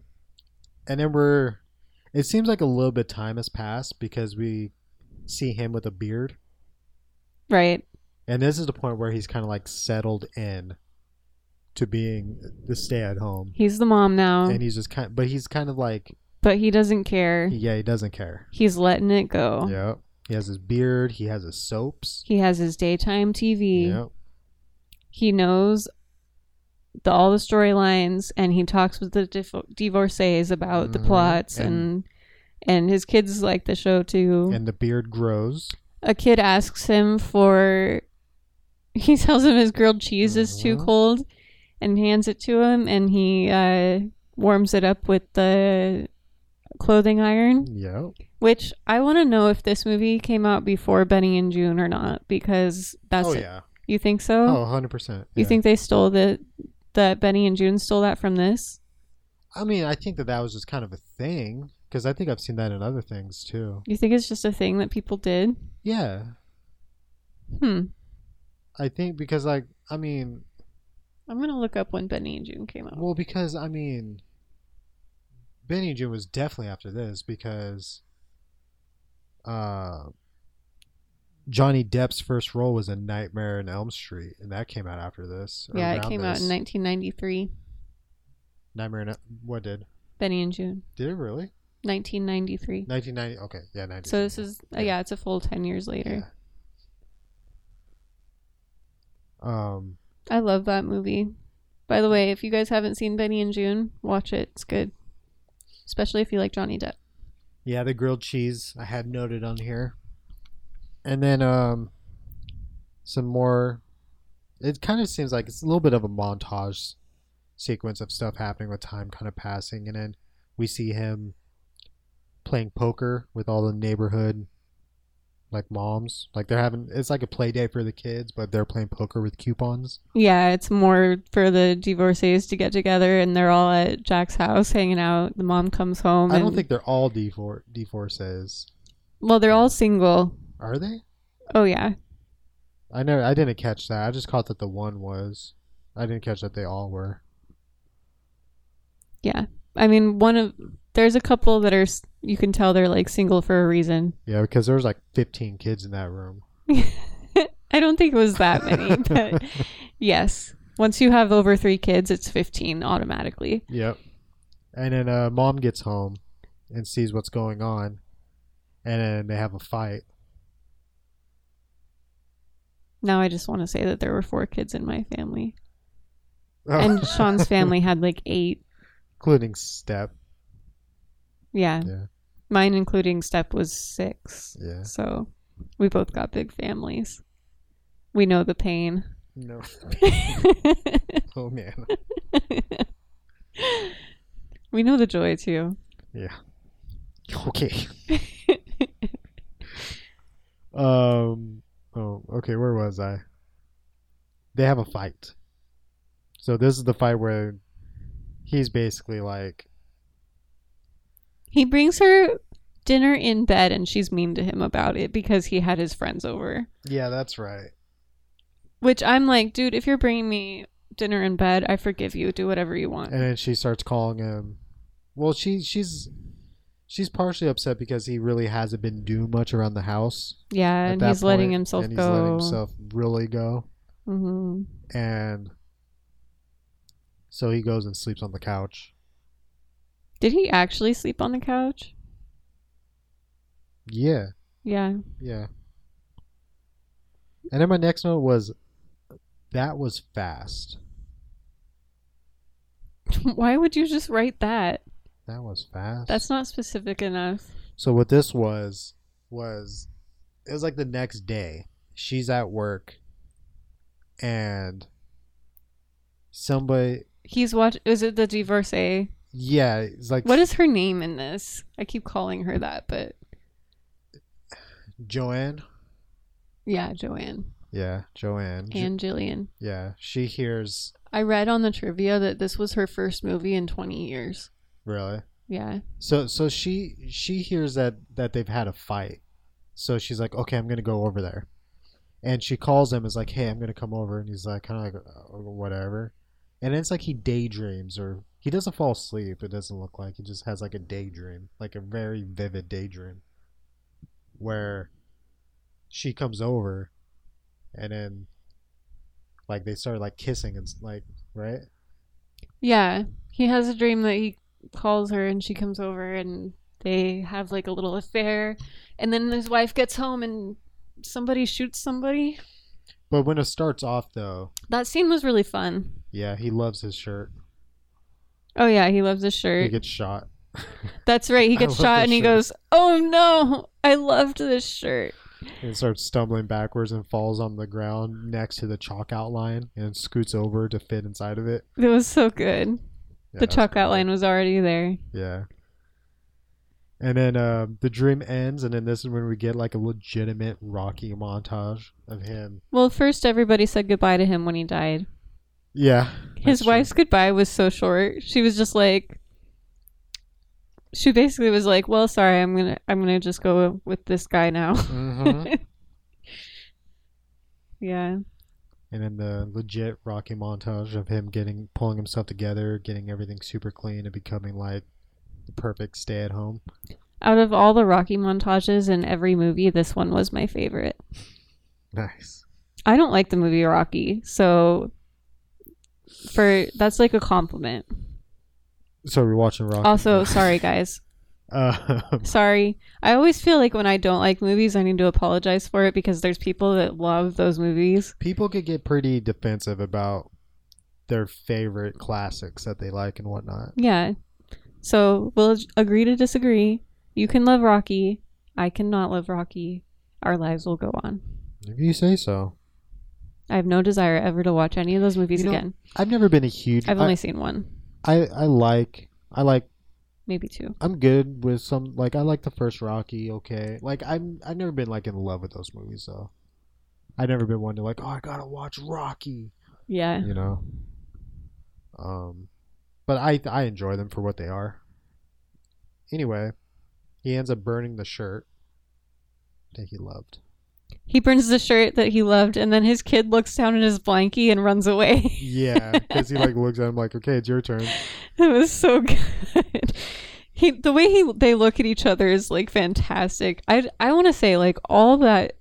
Speaker 6: and then we're it seems like a little bit time has passed because we see him with a beard
Speaker 7: Right.
Speaker 6: and this is the point where he's kind of like settled in to being the stay at home
Speaker 7: He's the mom now,
Speaker 6: and he's just kind but he's kind of like
Speaker 7: but he doesn't care.
Speaker 6: yeah he doesn't care
Speaker 7: He's letting it go.
Speaker 6: yeah he has his beard he has his soaps
Speaker 7: He has his daytime TV.
Speaker 6: yeah
Speaker 7: He knows the, all the storylines and he talks with the div- divorcees about the
Speaker 6: Mhm.
Speaker 7: plots
Speaker 6: And-
Speaker 7: and and his kids like the show too.
Speaker 6: and the beard grows
Speaker 7: a kid asks him for he *laughs* tells him his grilled cheese is too
Speaker 6: Mhm.
Speaker 7: cold and hands it to him and he uh, warms it up with the clothing iron
Speaker 6: yeah
Speaker 7: which i want to know if this movie came out before benny and june or not because that's
Speaker 6: oh
Speaker 7: it.
Speaker 6: yeah
Speaker 7: you think so
Speaker 6: oh 100%
Speaker 7: you
Speaker 6: yeah.
Speaker 7: think they stole the that benny and june stole that from this
Speaker 6: I mean, I think that that was just kind of a thing because I think I've seen that in other things too.
Speaker 7: you think it's just a thing that people did
Speaker 6: Yeah,
Speaker 7: hmm
Speaker 6: I think because like I mean,
Speaker 7: i'm gonna look up when benny and june came out
Speaker 6: well, because I mean, Benny and June was definitely after this because uh, Johnny Depp's first role was in Nightmare in Elm Street, and that came out after this. or
Speaker 7: yeah it
Speaker 6: around
Speaker 7: came out
Speaker 6: this.
Speaker 7: in 1993
Speaker 6: Nightmare in what did
Speaker 7: benny and june
Speaker 6: did it really
Speaker 7: 1993.
Speaker 6: 1990? Okay, yeah, 90.
Speaker 7: So this is uh,
Speaker 6: Yeah.
Speaker 7: yeah, it's a full 10 years later.
Speaker 6: um.
Speaker 7: I love that movie. By the way, if you guys haven't seen Benny and June, watch it. It's good. Especially if you like Johnny Depp.
Speaker 6: Yeah, the grilled cheese I had noted on here. And then um some more it kind of seems like it's a little bit of a montage sequence of stuff happening with time kind of passing and then we see him playing poker with all the neighborhood like moms. Like they're having it's like a play day for the kids, but they're playing poker with coupons.
Speaker 7: Yeah, it's more for the divorcees to get together and they're all at Jack's house hanging out. The mom comes home
Speaker 6: I don't
Speaker 7: and-
Speaker 6: think they're all D four D four says.
Speaker 7: well, they're all single.
Speaker 6: Are they?
Speaker 7: Oh yeah.
Speaker 6: I never. I didn't catch that. I just caught that the one was. I didn't catch that they all were.
Speaker 7: Yeah. I mean, one of there's a couple that are s- you can tell they're like single for a reason. *laughs*
Speaker 6: Yeah, because there was like 15 kids in that room.
Speaker 7: I don't think it was
Speaker 6: *laughs*
Speaker 7: that many, but yes. Once you have over three kids, it's 15 automatically.
Speaker 6: Yep. And then uh, mom gets home and sees what's going on, and then they have a fight.
Speaker 7: Now I just want to say that there were four kids in my family.
Speaker 6: Oh.
Speaker 7: And Sean's family had like eight.
Speaker 6: *laughs* including step.
Speaker 7: Yeah.
Speaker 6: Yeah.
Speaker 7: Mine, including Step, was six.
Speaker 6: Yeah.
Speaker 7: So we both got big families. We know the pain. *laughs*
Speaker 6: No. *laughs* oh man.
Speaker 7: *laughs* we know the joy too.
Speaker 6: Yeah. *laughs* *laughs* Okay. um. Oh. Okay. Where was I? They have a fight. So this is the fight where he's basically like,
Speaker 7: He brings her dinner in bed and she's mean to him about it because he had his friends over.
Speaker 6: "Yeah, that's right."
Speaker 7: Which I'm like, dude, if you're bringing me dinner in bed, I forgive you. Do whatever you want.
Speaker 6: And then she starts calling him. Well, she she's she's partially upset because he really hasn't been doing much around the house.
Speaker 7: yeah,
Speaker 6: at
Speaker 7: and
Speaker 6: that
Speaker 7: he's letting
Speaker 6: point,
Speaker 7: himself
Speaker 6: and he's
Speaker 7: go.
Speaker 6: letting himself really go.
Speaker 7: hmm
Speaker 6: and so he goes and sleeps on the couch.
Speaker 7: Did he actually sleep on the couch?
Speaker 6: Yeah,
Speaker 7: Yeah. *laughs*
Speaker 6: yeah. And then my next note was that was fast.
Speaker 7: Why would you just write that?
Speaker 6: That was fast.
Speaker 7: That's not specific enough.
Speaker 6: so what this was was it was like the next day. She's at work and somebody
Speaker 7: He's watch. Is it the divorcee?
Speaker 6: yeah, it's like
Speaker 7: What is her name in this? I keep calling her that, but
Speaker 6: Joanne?
Speaker 7: yeah, Joanne
Speaker 6: Yeah, Joanne. Jo-
Speaker 7: and Jillian.
Speaker 6: yeah, she hears
Speaker 7: I read on the trivia that this was her first movie in 20 years.
Speaker 6: really
Speaker 7: Yeah.
Speaker 6: So so she she hears that that they've had a fight. So she's like, "Okay, I'm going to go over there." And she calls him is like, "Hey, I'm going to come over." And he's like kind of like "Uh, whatever. And it's like he daydreams or he doesn't fall asleep. It doesn't look like he just has like a daydream, like a very vivid daydream where she comes over and then like they start like kissing and s- like, right?
Speaker 7: Yeah. He has a dream that he calls her and she comes over and they have like a little affair. And then his wife gets home and somebody shoots somebody.
Speaker 6: But when it starts off though,
Speaker 7: That scene was really fun.
Speaker 6: yeah, he loves his shirt.
Speaker 7: Oh, yeah. He loves his
Speaker 6: He
Speaker 7: shirt.
Speaker 6: gets shot.
Speaker 7: That's right. He
Speaker 6: I
Speaker 7: gets
Speaker 6: love
Speaker 7: shot
Speaker 6: this
Speaker 7: and he
Speaker 6: shirt.
Speaker 7: goes, Oh no, I loved this shirt.
Speaker 6: and starts stumbling backwards and falls on the ground next to the chalk outline and scoots over to fit inside of it.
Speaker 7: It was so good.
Speaker 6: Yeah,
Speaker 7: the
Speaker 6: that's
Speaker 7: chalk
Speaker 6: great.
Speaker 7: outline was already there.
Speaker 6: Yeah. And then um, the dream ends, and then this is when we get like a legitimate Rocky montage of him.
Speaker 7: Well, first, everybody said goodbye to him when he died.
Speaker 6: Yeah. that's
Speaker 7: His
Speaker 6: true.
Speaker 7: wife's goodbye was so short. She was just like, she basically was like, "Well, sorry, I'm gonna, I'm gonna just go with this guy now." *laughs*
Speaker 6: Mhm.
Speaker 7: yeah,
Speaker 6: and then the legit Rocky montage of him getting, pulling himself together, getting everything super clean, and becoming like the perfect stay at home.
Speaker 7: out of all the Rocky montages in every movie, this one was my favorite.
Speaker 6: Nice.
Speaker 7: I don't like the movie Rocky, so for that's like a compliment.
Speaker 6: So we're watching Rocky.
Speaker 7: Also, sorry guys,
Speaker 6: *laughs* Uh,
Speaker 7: Sorry. I always feel like when I don't like movies, I need to apologize for it because there's people that love those movies.
Speaker 6: people could get pretty defensive about their favorite classics that they like and whatnot.
Speaker 7: Yeah. So we'll j- agree to disagree. You can love Rocky. I cannot love Rocky. Our lives will go on.
Speaker 6: If you say so.
Speaker 7: I have no desire ever to watch any of those movies
Speaker 6: You know,
Speaker 7: again.
Speaker 6: I've never been a huge.
Speaker 7: I've only seen one,
Speaker 6: I, I I like I like
Speaker 7: maybe two.
Speaker 6: I'm good with some like I like the first Rocky. Okay, like I'm I've never been like in love with those movies though. I've never been one to like oh I gotta watch Rocky.
Speaker 7: Yeah.
Speaker 6: You know. Um, but I I enjoy them for what they are. Anyway, he ends up burning the shirt that he loved.
Speaker 7: He burns the shirt that he loved, and then his kid looks down at his blankie and runs away. *laughs*
Speaker 6: Yeah, because he like looks at him like, okay, it's your turn.
Speaker 7: It was so *laughs* good. He, the way he they look at each other is like fantastic. I I want to say like all that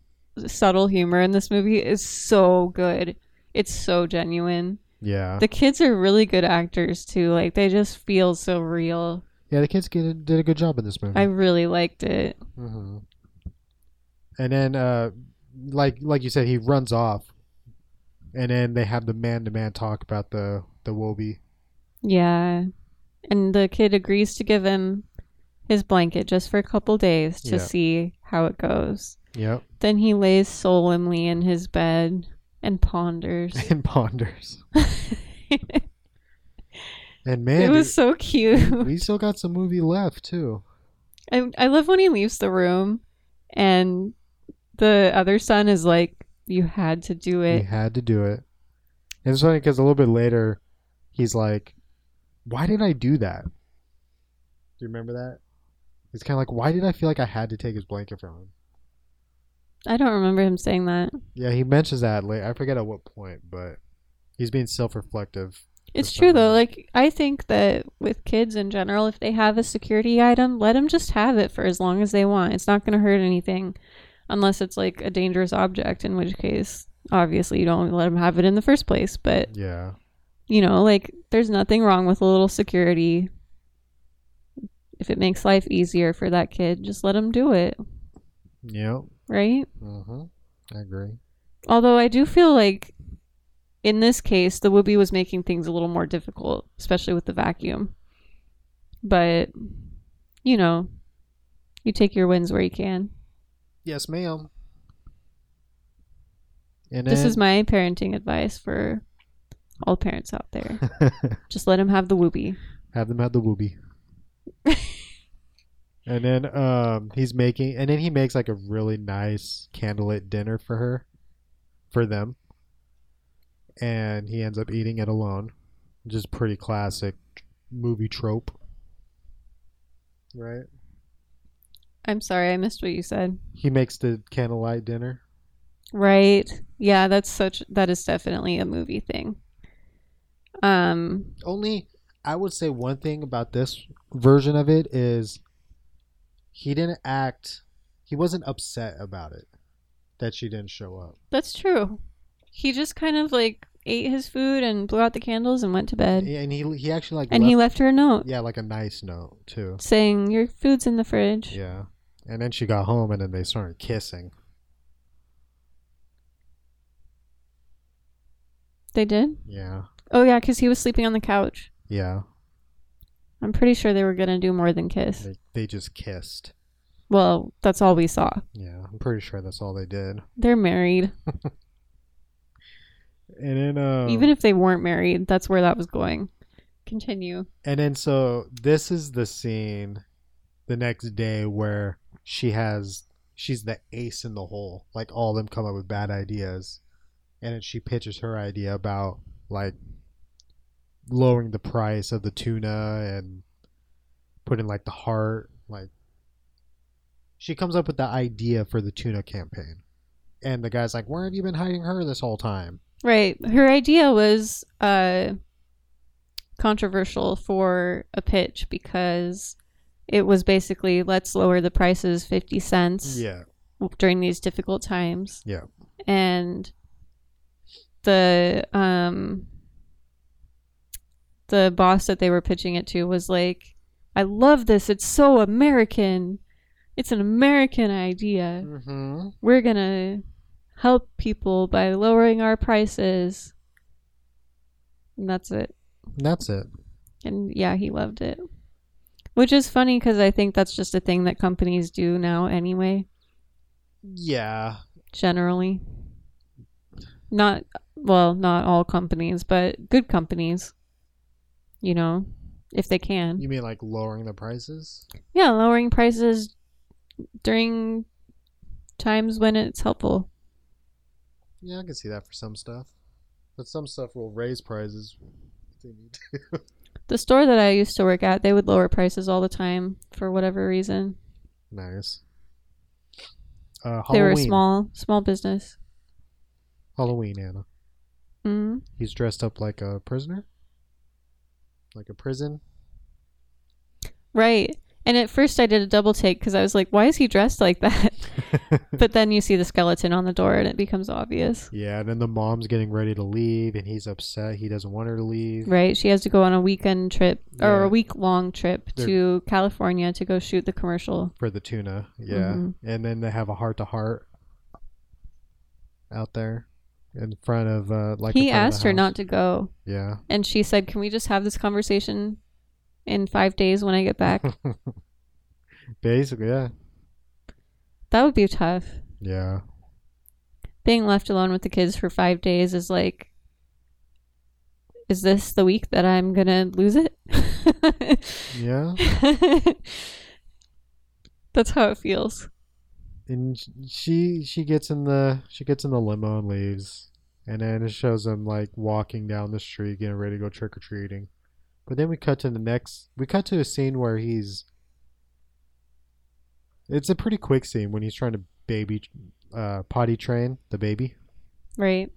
Speaker 7: subtle humor in this movie is so good. It's so genuine.
Speaker 6: Yeah.
Speaker 7: The kids are really good actors too. Like they just feel so real.
Speaker 6: yeah, the kids get, did a good job in this movie.
Speaker 7: I really liked it.
Speaker 6: hmm And then, uh, like like you said, he runs off, and then they have the man to man talk about the the Wobie.
Speaker 7: Yeah. And the kid agrees to give him his blanket just for a couple days to
Speaker 6: Yeah.
Speaker 7: see how it goes.
Speaker 6: Yep,
Speaker 7: Then he lays solemnly in his bed
Speaker 6: *laughs*
Speaker 7: and ponders.
Speaker 6: *laughs*
Speaker 7: *laughs*
Speaker 6: and ponders.
Speaker 7: it
Speaker 6: And man,
Speaker 7: was so
Speaker 6: *laughs*
Speaker 7: *laughs* cute.
Speaker 6: we still got some movie left too.
Speaker 7: I, I love when he leaves the room and the other son is like, You had to do
Speaker 6: We
Speaker 7: it.
Speaker 6: had to do it. And it's funny because a little bit later, he's like, "Why did I do that?" Do you remember that? It's kind of like, "Why did I feel like I had to take his blanket from him?"
Speaker 7: I don't remember him saying that.
Speaker 6: Yeah, he mentions that later. I forget at what point, but he's being self-reflective.
Speaker 7: It's
Speaker 6: for
Speaker 7: true
Speaker 6: some
Speaker 7: though.
Speaker 6: reason.
Speaker 7: Like I think that with kids in general, if they have a security item, let them just have it for as long as they want. It's not going to hurt anything, unless it's like a dangerous object, in which case, obviously, you don't let them have it in the first place. But
Speaker 6: Yeah,
Speaker 7: you know, like there's nothing wrong with a little security. If it makes life easier for that kid, just let them do it,
Speaker 6: yeah,
Speaker 7: right?
Speaker 6: mm-hmm. I agree.
Speaker 7: Although I do feel like in this case, the Whoopi was making things a little more difficult, especially with the vacuum. But, you know, you take your wins where you can.
Speaker 6: Yes, ma'am. And
Speaker 7: This
Speaker 6: then-
Speaker 7: is my parenting advice for all parents out there. Just let him have the Whoopi.
Speaker 6: have them have the whoopee. and then um, he's making, and then he makes like a really nice candlelit dinner for her, for them. And he ends up eating it alone, which is pretty classic movie trope, right?
Speaker 7: I'm sorry, I missed what you said.
Speaker 6: He makes the candlelight dinner.
Speaker 7: Right. Yeah, that's such that is definitely a movie thing. Um
Speaker 6: Only I would say one thing about this version of it is he didn't act he wasn't upset about it that she didn't show up.
Speaker 7: that's true. He just kind of like ate his food and blew out the candles and went to bed.
Speaker 6: Yeah, and he he actually like
Speaker 7: And he left her a note
Speaker 6: yeah like a nice note too.
Speaker 7: saying, Your food's in the fridge.
Speaker 6: Yeah. And then she got home and then they started kissing.
Speaker 7: They did?
Speaker 6: Yeah.
Speaker 7: Oh, yeah, because he was sleeping on the couch.
Speaker 6: Yeah.
Speaker 7: I'm pretty sure they were going to do more than kiss.
Speaker 6: They, they just kissed.
Speaker 7: Well, that's all we saw.
Speaker 6: Yeah. I'm pretty sure that's all they did.
Speaker 7: They're married.
Speaker 6: And then um,
Speaker 7: Even if they weren't married, that's where that was going. Continue.
Speaker 6: And then so this is the scene the next day where she has she's the ace in the hole. Like all them come up with bad ideas. And then she pitches her idea about like lowering the price of the tuna and putting like the heart like she comes up with the idea for the tuna campaign. And the guy's like, Where have you been hiding her this whole time?
Speaker 7: Right. Her idea was uh, controversial for a pitch because it was basically let's lower the prices 50 cents.
Speaker 6: Yeah.
Speaker 7: during these difficult times.
Speaker 6: Yeah.
Speaker 7: And the um the boss that they were pitching it to was like, "I love this. It's so American. It's an American idea.
Speaker 6: Mm-hmm.
Speaker 7: We're going to help people by lowering our prices." And that's it.
Speaker 6: That's it.
Speaker 7: And yeah, he loved it. Which is funny cuz I think that's just a thing that companies do now anyway.
Speaker 6: Yeah.
Speaker 7: generally. Not well, not all companies, but good companies. You know, if they can.
Speaker 6: You mean like lowering the prices?
Speaker 7: Yeah, lowering prices during times when it's helpful.
Speaker 6: Yeah, I can see that for some stuff. But some stuff will raise prices if they need to.
Speaker 7: The store that I used to work at, they would lower prices all the time for whatever reason.
Speaker 6: nice. Uh, Halloween.
Speaker 7: They were a small small business.
Speaker 6: Halloween, Anna.
Speaker 7: Mm.
Speaker 6: He's dressed up like a prisoner? Like a prison? *laughs*
Speaker 7: Right. And at first I did a double take cuz I was like, why is he dressed like that? but then you see the skeleton on the door and it becomes obvious.
Speaker 6: yeah, and then the mom's getting ready to leave, and he's upset. He doesn't want her to leave.
Speaker 7: Right? She has to go on a weekend trip or
Speaker 6: Yeah.
Speaker 7: a week long trip
Speaker 6: They're-
Speaker 7: to California to go shoot the commercial.
Speaker 6: for the tuna. Yeah.
Speaker 7: Mhm.
Speaker 6: And then they have a heart to heart out there in front of uh like
Speaker 7: he asked her not to go.
Speaker 6: Yeah.
Speaker 7: And she said, Can we just have this conversation in five days when I get
Speaker 6: *laughs*
Speaker 7: back?
Speaker 6: Basically, yeah.
Speaker 7: that would be tough.
Speaker 6: Yeah.
Speaker 7: Being left alone with the kids for five days is like, is this the week that I'm going to lose it?
Speaker 6: Yeah.
Speaker 7: *laughs* That's how it feels.
Speaker 6: And she she gets in the she gets in the limo and leaves. And then it shows them like walking down the street getting ready to go trick or treating. But then we cut to the next we cut to a scene where he's it's a pretty quick scene when he's trying to baby uh potty train the baby.
Speaker 7: Right.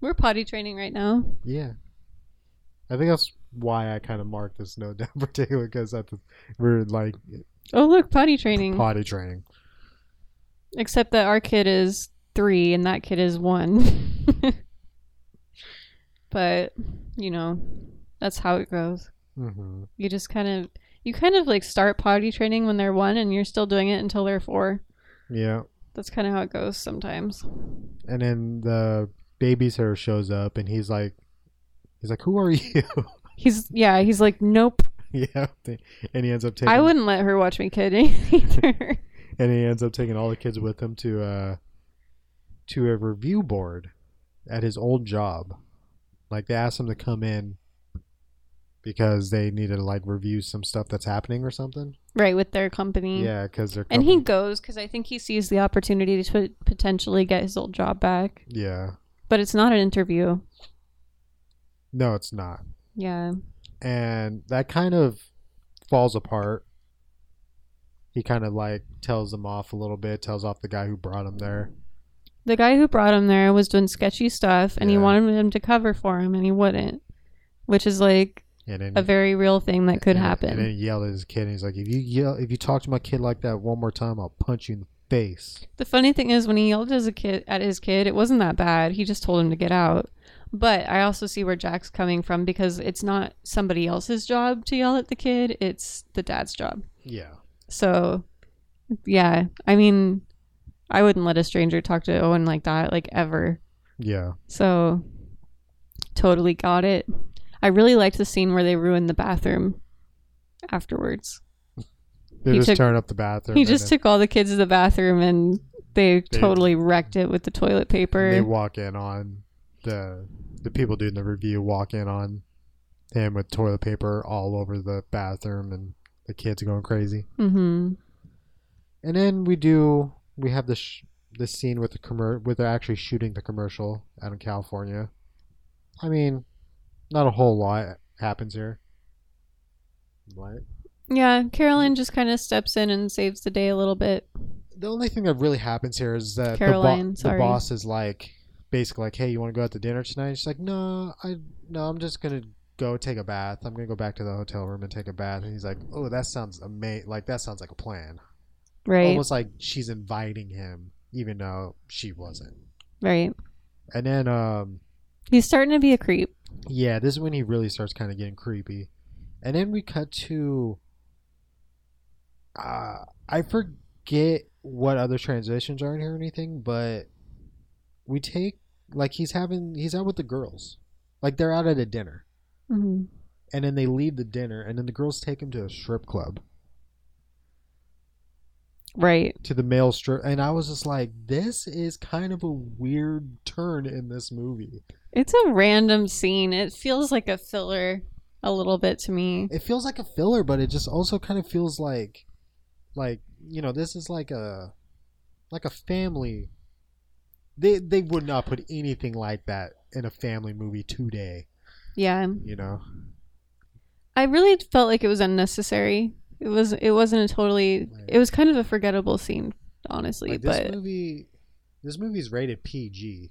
Speaker 7: We're potty training right now.
Speaker 6: Yeah. I think that's why I kind of marked this note *laughs* down particularly because that's we're like
Speaker 7: Oh, look, potty training.
Speaker 6: potty training.
Speaker 7: Except that our kid is three and that kid is one. *laughs* but, you know, that's how it goes.
Speaker 6: hmm
Speaker 7: You just kind of, you kind of like start potty training when they're one and you're still doing it until they're four.
Speaker 6: Yeah,
Speaker 7: That's kind of how it goes sometimes.
Speaker 6: and then the babysitter shows up and he's like, he's like, "Who are you?" *laughs*
Speaker 7: He's, yeah, he's like, nope,
Speaker 6: yeah, and he ends up taking
Speaker 7: I wouldn't let her watch me kid *laughs* either.
Speaker 6: and he ends up taking all the kids with him to uh to a review board at his old job. Like they asked him to come in because they needed to like review some stuff that's happening or something.
Speaker 7: right, with their company.
Speaker 6: Yeah, because they're
Speaker 7: Mm-hmm. And he
Speaker 6: company-
Speaker 7: goes because I think he sees the opportunity to potentially get his old job back.
Speaker 6: yeah
Speaker 7: But it's not an interview.
Speaker 6: no it's not.
Speaker 7: Yeah.
Speaker 6: and that kind of falls apart. He kind of like tells them off a little bit, tells off the guy who brought him there.
Speaker 7: The guy who brought him there was doing sketchy stuff and he
Speaker 6: Yeah.
Speaker 7: wanted him to cover for him and he wouldn't, which is like
Speaker 6: And then
Speaker 7: a very real thing that could
Speaker 6: and- And then
Speaker 7: happen.
Speaker 6: he yelled at his kid, and he's like, "If you yell, if you talk to my kid like that one more time, I'll punch you in the face."
Speaker 7: The funny thing is, when he yelled as a kid, at his kid, it wasn't that bad. He just told him to get out. But I also see where Jack's coming from because it's not somebody else's job to yell at the kid, it's the dad's job.
Speaker 6: Yeah,
Speaker 7: So, yeah, I mean, I wouldn't let a stranger talk to Owen like that, like ever.
Speaker 6: yeah,
Speaker 7: So, totally got it. I really liked the scene where they ruined the bathroom afterwards.
Speaker 6: they
Speaker 7: He
Speaker 6: just
Speaker 7: took-
Speaker 6: turn up the bathroom.
Speaker 7: He
Speaker 6: and
Speaker 7: just
Speaker 6: then
Speaker 7: took all the kids to the bathroom and they
Speaker 6: They-
Speaker 7: totally wrecked it with the toilet
Speaker 6: They
Speaker 7: paper.
Speaker 6: walk in on the the people doing the review. Walk in on him with toilet paper all over the bathroom, and the kids going crazy.
Speaker 7: hmm
Speaker 6: And then we do we have this sh- this scene with the commer with they're actually shooting the commercial out in California. I mean, not a whole lot happens here. What?
Speaker 7: Yeah, Carolyn just kind of steps in and saves the day a little bit.
Speaker 6: The only thing that really happens here is that the,
Speaker 7: Caroline,
Speaker 6: bo-
Speaker 7: sorry.
Speaker 6: the boss is like basically like, "Hey, you want to go out to dinner tonight?" she's like, "No, I no, I'm just gonna go take a bath. I'm gonna go back to the hotel room and take a bath." And he's like, "Oh, that sounds amazing. Like that sounds like a plan."
Speaker 7: Right.
Speaker 6: Almost like she's inviting him, even though she wasn't.
Speaker 7: Right.
Speaker 6: And then, um,
Speaker 7: He's starting to be a creep.
Speaker 6: yeah, this is when he really starts kind of getting creepy. And then we cut to, uh, I forget what other transitions are in here or anything, but we take like he's having he's out with the girls, like they're out at a dinner,
Speaker 7: hmm
Speaker 6: and then they leave the dinner, and then the girls take him to a strip club,
Speaker 7: Right.
Speaker 6: to the male strip, and I was just like, this is kind of a weird turn in this movie.
Speaker 7: It's a random scene. It feels like a filler a little bit to me.
Speaker 6: it feels like a filler, but it just also kind of feels like, like you know, this is like a, like a family. They they would not put anything like that in a family movie today,
Speaker 7: Yeah.
Speaker 6: you know.
Speaker 7: I really felt like it was unnecessary. It was it wasn't a totally it was kind of a forgettable scene, honestly.
Speaker 6: Like this
Speaker 7: but
Speaker 6: movie, this movie's rated PG.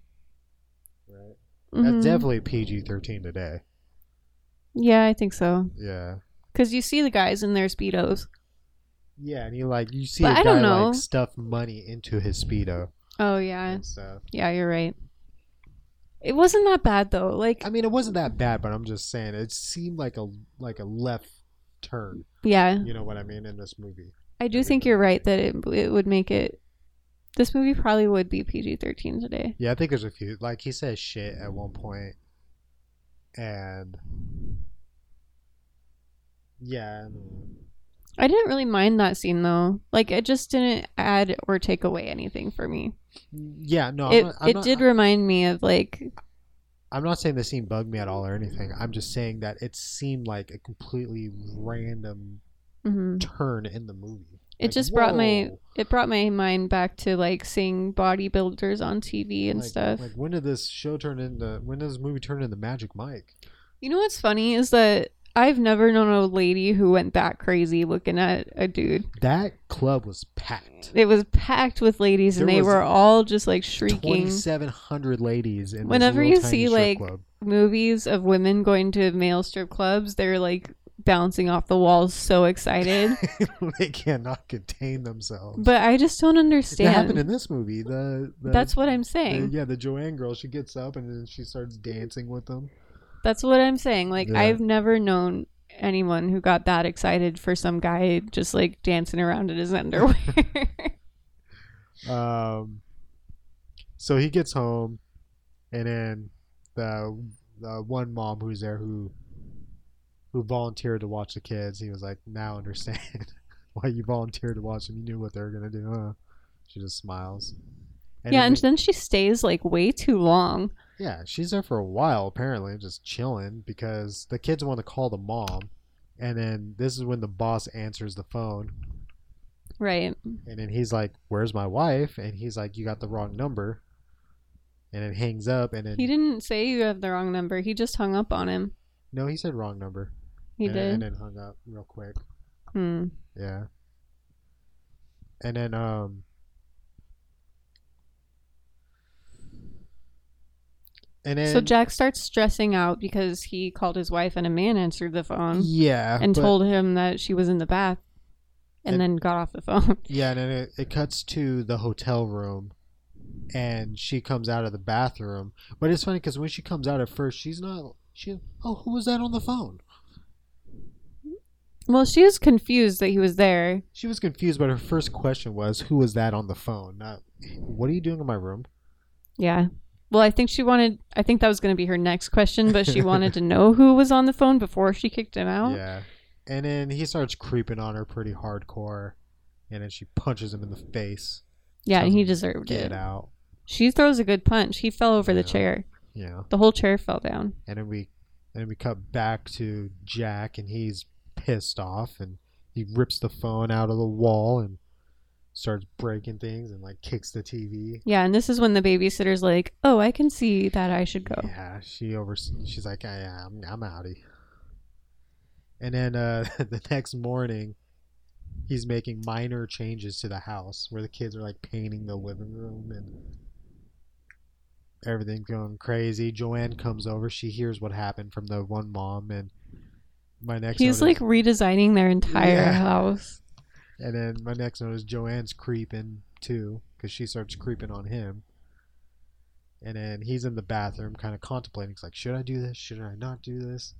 Speaker 6: Right.
Speaker 7: Mhm.
Speaker 6: That's definitely PG thirteen today.
Speaker 7: yeah, I think so.
Speaker 6: Yeah.
Speaker 7: Because you see the guys in their speedos.
Speaker 6: Yeah, and he like you see
Speaker 7: But
Speaker 6: a guy
Speaker 7: I don't know.
Speaker 6: like stuff money into his speedo
Speaker 7: Oh yeah,
Speaker 6: and stuff.
Speaker 7: yeah, you're right. It wasn't that bad though. Like
Speaker 6: I mean, it wasn't that bad, but I'm just saying it seemed like a like a left turn.
Speaker 7: yeah,
Speaker 6: You know what I mean in this movie?
Speaker 7: I do think you're right that it it would make it. This movie probably would be PG-13 today.
Speaker 6: Yeah, I think there's a few. Like he says shit at one point, and yeah, I don't
Speaker 7: I didn't really mind that scene though. Like it just didn't add or take away anything for me.
Speaker 6: know. yeah, no,
Speaker 7: it
Speaker 6: I'm not, I'm
Speaker 7: it
Speaker 6: not-
Speaker 7: did remind me of like
Speaker 6: I'm not saying the scene bugged me at all or anything. I'm just saying that it seemed like a completely random
Speaker 7: mhm.
Speaker 6: turn in the movie.
Speaker 7: it
Speaker 6: Like,
Speaker 7: just brought my
Speaker 6: whoa.
Speaker 7: it brought my mind back to like seeing bodybuilders on TV and
Speaker 6: Like-
Speaker 7: stuff.
Speaker 6: Like when did this show turn into? When did this movie turn into Magic Mike?
Speaker 7: You know what's funny is that I've never known a lady who went that crazy looking at a dude.
Speaker 6: That club was packed.
Speaker 7: It was packed with ladies and
Speaker 6: There
Speaker 7: they
Speaker 6: was
Speaker 7: were all just like shrieking.
Speaker 6: Twenty seven hundred ladies in. this
Speaker 7: Whenever
Speaker 6: little
Speaker 7: you
Speaker 6: tiny
Speaker 7: see
Speaker 6: strip
Speaker 7: like
Speaker 6: club.
Speaker 7: movies of women going to male strip clubs, they're like bouncing off the walls so
Speaker 6: *laughs*
Speaker 7: excited.
Speaker 6: they cannot contain themselves.
Speaker 7: but I just don't
Speaker 6: It happened
Speaker 7: understand.
Speaker 6: in this movie. The, the
Speaker 7: That's what I'm
Speaker 6: the-
Speaker 7: saying.
Speaker 6: yeah, the Joanne girl. She gets up and then she starts dancing with them.
Speaker 7: That's what I'm saying. Like
Speaker 6: Yeah.
Speaker 7: I've never known anyone who got that excited for some guy just like dancing around in his underwear.
Speaker 6: Um, so he gets home, and then the the one mom who's there who who volunteered to watch the kids. He was like, "Now understand *laughs* why you volunteered to watch them. You knew what they were gonna do." Huh? She just smiles. And
Speaker 7: yeah,
Speaker 6: then
Speaker 7: and
Speaker 6: they-
Speaker 7: then she stays like way too long.
Speaker 6: Yeah, she's there for a while apparently, just chilling because the kids want to call the mom, and then this is when the boss answers the phone,
Speaker 7: Right.
Speaker 6: and then he's like, "Where's my wife?" And he's like, "You got the wrong number," and it hangs up, and then
Speaker 7: He didn't say you have the wrong number. He just hung up on him.
Speaker 6: no, he said wrong number.
Speaker 7: He
Speaker 6: and,
Speaker 7: did.
Speaker 6: and then hung up real quick.
Speaker 7: hmm.
Speaker 6: Yeah, and then um. And then,
Speaker 7: so Jack starts stressing out because he called his wife and a man answered the phone
Speaker 6: yeah,
Speaker 7: and
Speaker 6: but-
Speaker 7: told him that she was in the bath and,
Speaker 6: And-
Speaker 7: then got off the phone. *laughs*
Speaker 6: Yeah, and then it, it cuts to the hotel room, and she comes out of the bathroom. But it's funny because when she comes out at first, she's not. She oh, who was that on the phone?
Speaker 7: well, she was confused that he was there.
Speaker 6: She was confused, but her first question was, "Who was that on the phone?" Not, "What are you doing in my room?"
Speaker 7: Yeah. Well, I think she wanted I think that was going to be her next question, but
Speaker 6: *laughs*
Speaker 7: she wanted to know who was on the phone before she kicked him out.
Speaker 6: Yeah, and then he starts creeping on her pretty hardcore, and then she punches him in the face.
Speaker 7: Yeah, and he
Speaker 6: Tells him,
Speaker 7: deserved
Speaker 6: Get
Speaker 7: it.
Speaker 6: out.
Speaker 7: She throws a good punch. He fell over
Speaker 6: Yeah.
Speaker 7: the chair.
Speaker 6: Yeah,
Speaker 7: The whole chair fell down.
Speaker 6: and then we, and then we cut back to Jack, and he's pissed off, and he rips the phone out of the wall and starts breaking things and like kicks the TV.
Speaker 7: Yeah, and this is when the babysitter's like, "Oh, I can see that I should go."
Speaker 6: Yeah, she over. She's like, I, am I'm outie. And then uh, *laughs* the next morning, he's making minor changes to the house where the kids are like painting the living room and everything's going crazy. Joanne comes over. She hears what happened from the one mom and my next.
Speaker 7: He's
Speaker 6: note
Speaker 7: like
Speaker 6: is-
Speaker 7: redesigning their entire
Speaker 6: Yeah.
Speaker 7: house.
Speaker 6: And then my next note is Joanne's creeping too, because she starts creeping on him. And then he's in the bathroom, kind of contemplating. He's like, "Should I do this? Should I not do this?"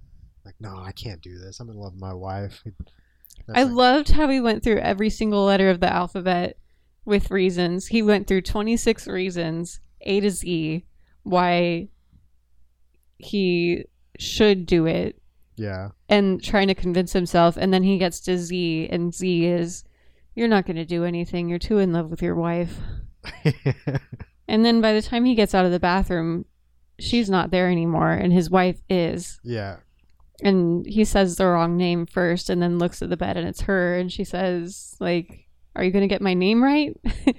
Speaker 6: Like, no, I can't do this. I'm in love with my wife. *laughs* That's
Speaker 7: I
Speaker 6: like-
Speaker 7: loved how he went through every single letter of the alphabet with reasons. He went through 26 reasons, A to Z, why he should do it
Speaker 6: yeah, *laughs*
Speaker 7: and trying to convince himself. And then he gets to Z, and Z is, You're not going to do anything. You're too in love with your wife. And then by the time he gets out of the bathroom, she's not there anymore, and his wife is.
Speaker 6: yeah,
Speaker 7: And he says the wrong name first, and then looks at the bed, and it's her. And she says, "Like, are you gonna get my name right? *laughs*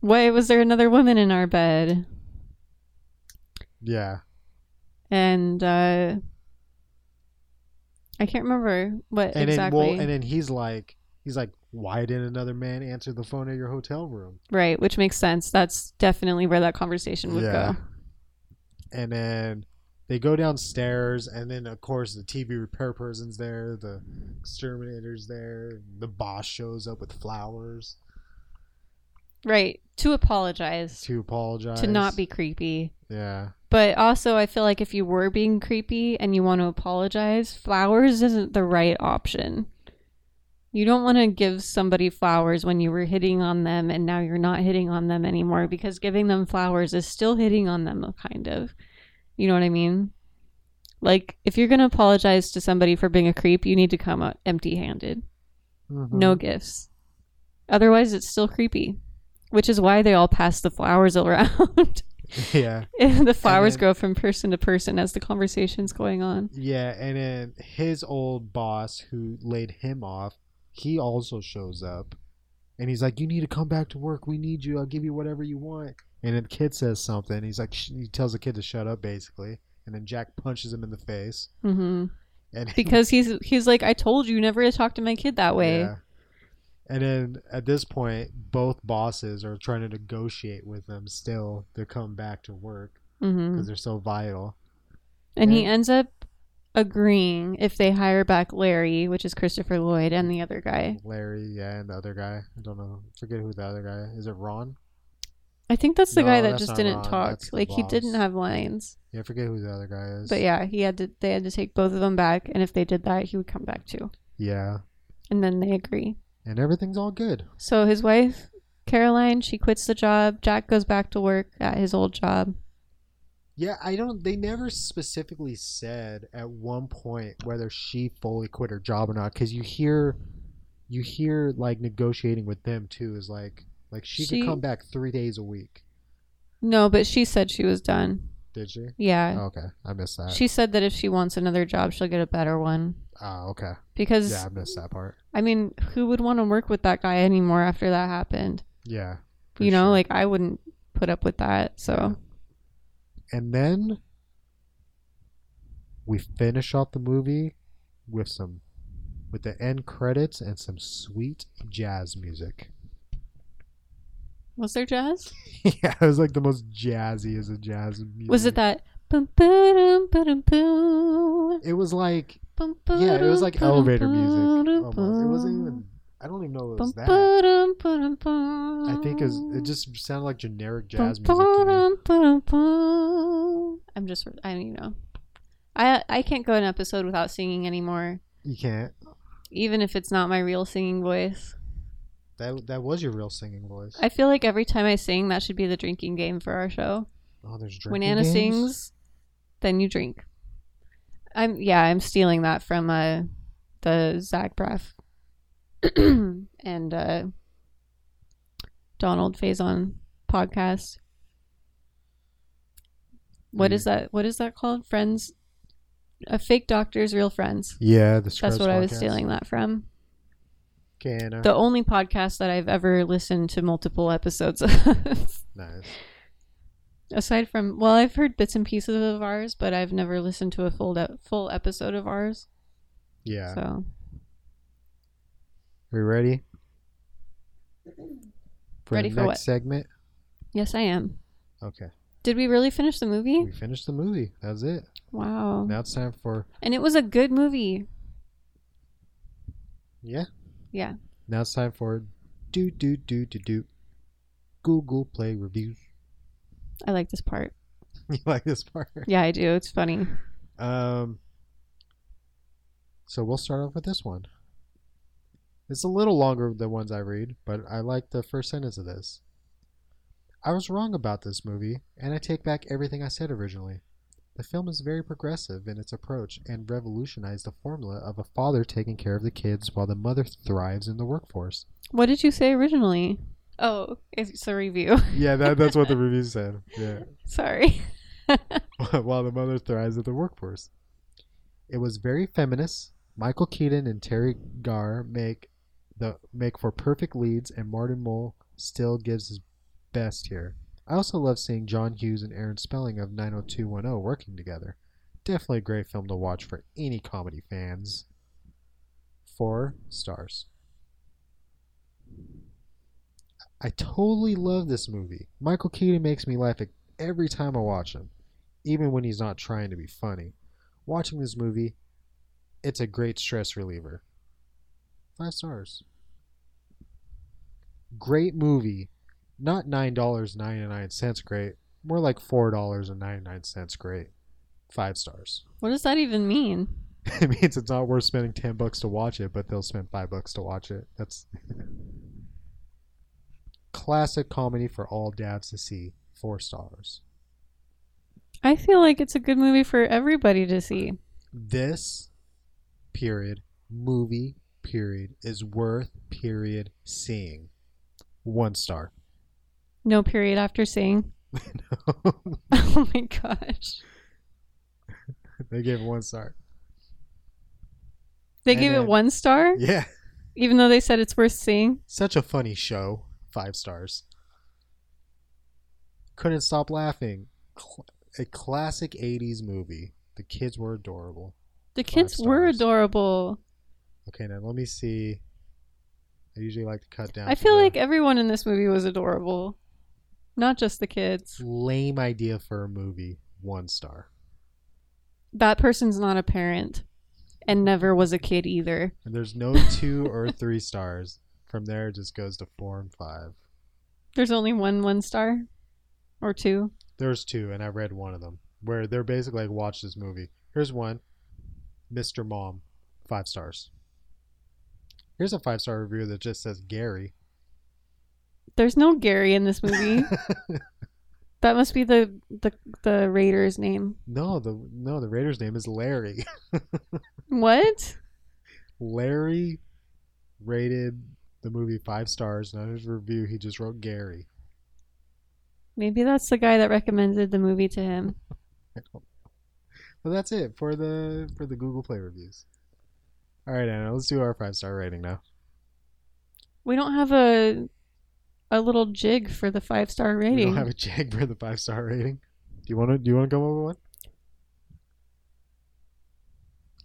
Speaker 7: Why was there another woman in our bed?"
Speaker 6: yeah.
Speaker 7: And uh, I can't remember what
Speaker 6: And
Speaker 7: exactly.
Speaker 6: then, well, and then he's like, he's like, "Why didn't another man answer the phone at your hotel room?"
Speaker 7: right, which makes sense. That's definitely where that conversation would
Speaker 6: Yeah.
Speaker 7: go.
Speaker 6: And then They go downstairs, and then of course the TB repair person's there, the exterminator's there, the boss shows up with flowers
Speaker 7: Right. To apologize,
Speaker 6: to apologize
Speaker 7: to not be creepy.
Speaker 6: Yeah,
Speaker 7: But also, I feel like if you were being creepy and you want to apologize, flowers isn't the right option. You don't want to give somebody flowers when you were hitting on them and now you're not hitting on them anymore because giving them flowers is still hitting on them, kind of. You know what I mean? Like, if you're going to apologize to somebody for being a creep, you need to come out empty handed.
Speaker 6: Mm-hmm.
Speaker 7: no gifts. Otherwise, it's still creepy, which is why they all pass the flowers *laughs* around.
Speaker 6: *laughs* yeah.
Speaker 7: *laughs* the flowers
Speaker 6: then-
Speaker 7: go from person to person as the conversation's going on.
Speaker 6: Yeah, and then his old boss who laid him off, he also shows up and he's like, You need to come back to work. We need you. I'll give you whatever you want. And then the kid says something. He's like, sh- He tells the kid to shut up, basically. And then Jack punches him in the face. Mm-hmm.
Speaker 7: hmm
Speaker 6: And
Speaker 7: Because he's he's like, I told you never to talk to my kid that way.
Speaker 6: Yeah. And then at this point, both bosses are trying to negotiate with them still to come back to work
Speaker 7: hmm
Speaker 6: because they're so vital.
Speaker 7: And he
Speaker 6: Yeah.
Speaker 7: ends up agreeing if they hire back Larry, which is Christopher Lloyd, and the other guy.
Speaker 6: Larry, yeah, and the other guy. I don't know. Forget who the other guy is. It Ron?
Speaker 7: I think that's the
Speaker 6: No,
Speaker 7: guy that
Speaker 6: that's
Speaker 7: just
Speaker 6: not
Speaker 7: didn't
Speaker 6: wrong.
Speaker 7: talk.
Speaker 6: That's the
Speaker 7: Like he
Speaker 6: boss.
Speaker 7: didn't have lines.
Speaker 6: Yeah, I forget who the other guy is.
Speaker 7: But yeah, he had to. They had to take both of them back, and if they did that, he would come back too.
Speaker 6: Yeah.
Speaker 7: And then they agree.
Speaker 6: and everything's all good.
Speaker 7: So his wife, Caroline, she quits the job. Jack goes back to work at his old job.
Speaker 6: Yeah, I don't. They never specifically said at one point whether she fully quit her job or not, because you hear, you hear like negotiating with them too is like like she,
Speaker 7: She-
Speaker 6: could come back three days a week.
Speaker 7: No, but she said she was done.
Speaker 6: Did she?
Speaker 7: Yeah.
Speaker 6: okay, I missed Oh, that.
Speaker 7: She said that if she wants another job, she'll get a better one.
Speaker 6: oh, okay.
Speaker 7: Because,
Speaker 6: Yeah, I missed that part.
Speaker 7: I mean, who would want to work with that guy anymore after that happened?
Speaker 6: Yeah. for
Speaker 7: You know,
Speaker 6: sure.
Speaker 7: like I wouldn't put up with that. So,
Speaker 6: and then we finish off the movie with some with the end credits and some sweet jazz music. *laughs*
Speaker 7: was there jazz?
Speaker 6: yeah, it was like the most jazzy as a jazz music.
Speaker 7: Was it that? Bum, ba-dum, ba-dum, boo,
Speaker 6: It was like
Speaker 7: bum,
Speaker 6: yeah, it was like
Speaker 7: ba-dum,
Speaker 6: elevator music.
Speaker 7: ba-dum,
Speaker 6: Almost. It
Speaker 7: boo.
Speaker 6: wasn't even. I don't even know it was
Speaker 7: Bum,
Speaker 6: that.
Speaker 7: ba-dum, ba-dum, bum.
Speaker 6: I think it, was, it just sounded like generic
Speaker 7: Bum,
Speaker 6: jazz music. To me.
Speaker 7: bum, bum, bum. I'm just, I don't you know. I I can't go an episode without singing anymore,
Speaker 6: You can't.
Speaker 7: even if it's not my real singing voice.
Speaker 6: That that was your real singing voice.
Speaker 7: I feel like every time I sing, that should be the drinking game for our show.
Speaker 6: oh, there's drinking
Speaker 7: When Anna
Speaker 6: games?
Speaker 7: sings, then you drink. I'm yeah, I'm stealing that from uh the Zach Braff *clears throat* and uh Donald Faison podcast. What is that? What is that called? Friends, a fake doctor's real friends.
Speaker 6: Yeah, the
Speaker 7: That's
Speaker 6: Scrubs
Speaker 7: what I was
Speaker 6: podcast.
Speaker 7: stealing that from.
Speaker 6: Okay, Anna.
Speaker 7: The only podcast that I've ever listened to multiple episodes of. *laughs*
Speaker 6: nice.
Speaker 7: aside from well i've heard bits and pieces of ours but i've never listened to a full de- full episode of ours
Speaker 6: Yeah.
Speaker 7: so
Speaker 6: Are you ready? For
Speaker 7: Ready
Speaker 6: the
Speaker 7: for
Speaker 6: next
Speaker 7: what?
Speaker 6: segment?
Speaker 7: yes i am
Speaker 6: Okay.
Speaker 7: did we really finish the movie
Speaker 6: We finished the movie. That's it.
Speaker 7: wow
Speaker 6: Now it's time for
Speaker 7: and it was a good movie
Speaker 6: yeah.
Speaker 7: yeah
Speaker 6: Now it's time for do do do do do Google Play reviews. *laughs*
Speaker 7: i like this part
Speaker 6: you like this part?
Speaker 7: yeah i do it's funny
Speaker 6: Um. So we'll start off with this one. It's a little longer than ones I read, but I like the first sentence of this. I was wrong about this movie, and I take back everything I said originally. The film is very progressive in its approach and revolutionized the formula of a father taking care of the kids while the mother thrives in the workforce.
Speaker 7: what did you say originally oh it's a review *laughs*
Speaker 6: Yeah, that, that's what the review said. Yeah.
Speaker 7: sorry
Speaker 6: *laughs* while the mother thrives at the workforce. It was very feminist. Michael Keaton and Terry Garr make the make for perfect leads, and Martin Mull still gives his best here. I also love seeing John Hughes and Aaron Spelling of 90210 working together. Definitely a great film to watch for any comedy fans. Four stars. I totally love this movie. Michael Keaton makes me laugh every time I watch him. even when he's not trying to be funny. Watching this movie, it's a great stress reliever. Five stars. Great movie. Not $9.99 great. More like $4.99 great. Five stars. *laughs*
Speaker 7: What does that even mean?
Speaker 6: it means it's not worth spending 10 bucks to watch it, but they'll spend 5 bucks to watch it. That's *laughs* classic comedy for all dads to see. 4 stars.
Speaker 7: I feel like it's a good movie for everybody to see.
Speaker 6: this period movie period is worth period seeing one star *laughs*
Speaker 7: No period after seeing. *laughs* Oh my gosh.
Speaker 6: they gave it one star
Speaker 7: They
Speaker 6: And
Speaker 7: gave it
Speaker 6: then-
Speaker 7: one star,
Speaker 6: yeah
Speaker 7: even though they said it's worth seeing.
Speaker 6: such a funny show five stars couldn't stop laughing Cl- a classic 80s movie the kids were adorable
Speaker 7: The kids
Speaker 6: Five
Speaker 7: were
Speaker 6: stars.
Speaker 7: adorable.
Speaker 6: okay now let me see i usually like to cut down
Speaker 7: I
Speaker 6: from
Speaker 7: feel
Speaker 6: the
Speaker 7: like everyone in this movie was adorable, not just the
Speaker 6: Mm.
Speaker 7: kids.
Speaker 6: lame idea for a movie one star
Speaker 7: That person's not a parent and never was a kid either.
Speaker 6: And there's no two or three stars. From there, it just goes to four and five.
Speaker 7: There's only one one star or two.
Speaker 6: There's two, and I read one of them where they're basically like, watch this movie. Here's one Mr. Mom, five stars. Here's a five star review that just says Gary.
Speaker 7: There's no Gary in
Speaker 6: *laughs*
Speaker 7: this movie. that must be the, the the raider's name.
Speaker 6: No, the no, the Raider's name is Larry. *laughs*
Speaker 7: What?
Speaker 6: Larry rated the movie five stars, and on his review, he just wrote Gary.
Speaker 7: Maybe that's the guy that recommended the movie to him.
Speaker 6: But that's it for the for the Google Play reviews. All right, Anna, let's do our five star rating now.
Speaker 7: We don't have a a little jig for the five star
Speaker 6: We
Speaker 7: rating.
Speaker 6: don't have a jag for the five star rating. Do you want to? Do you want to come over one?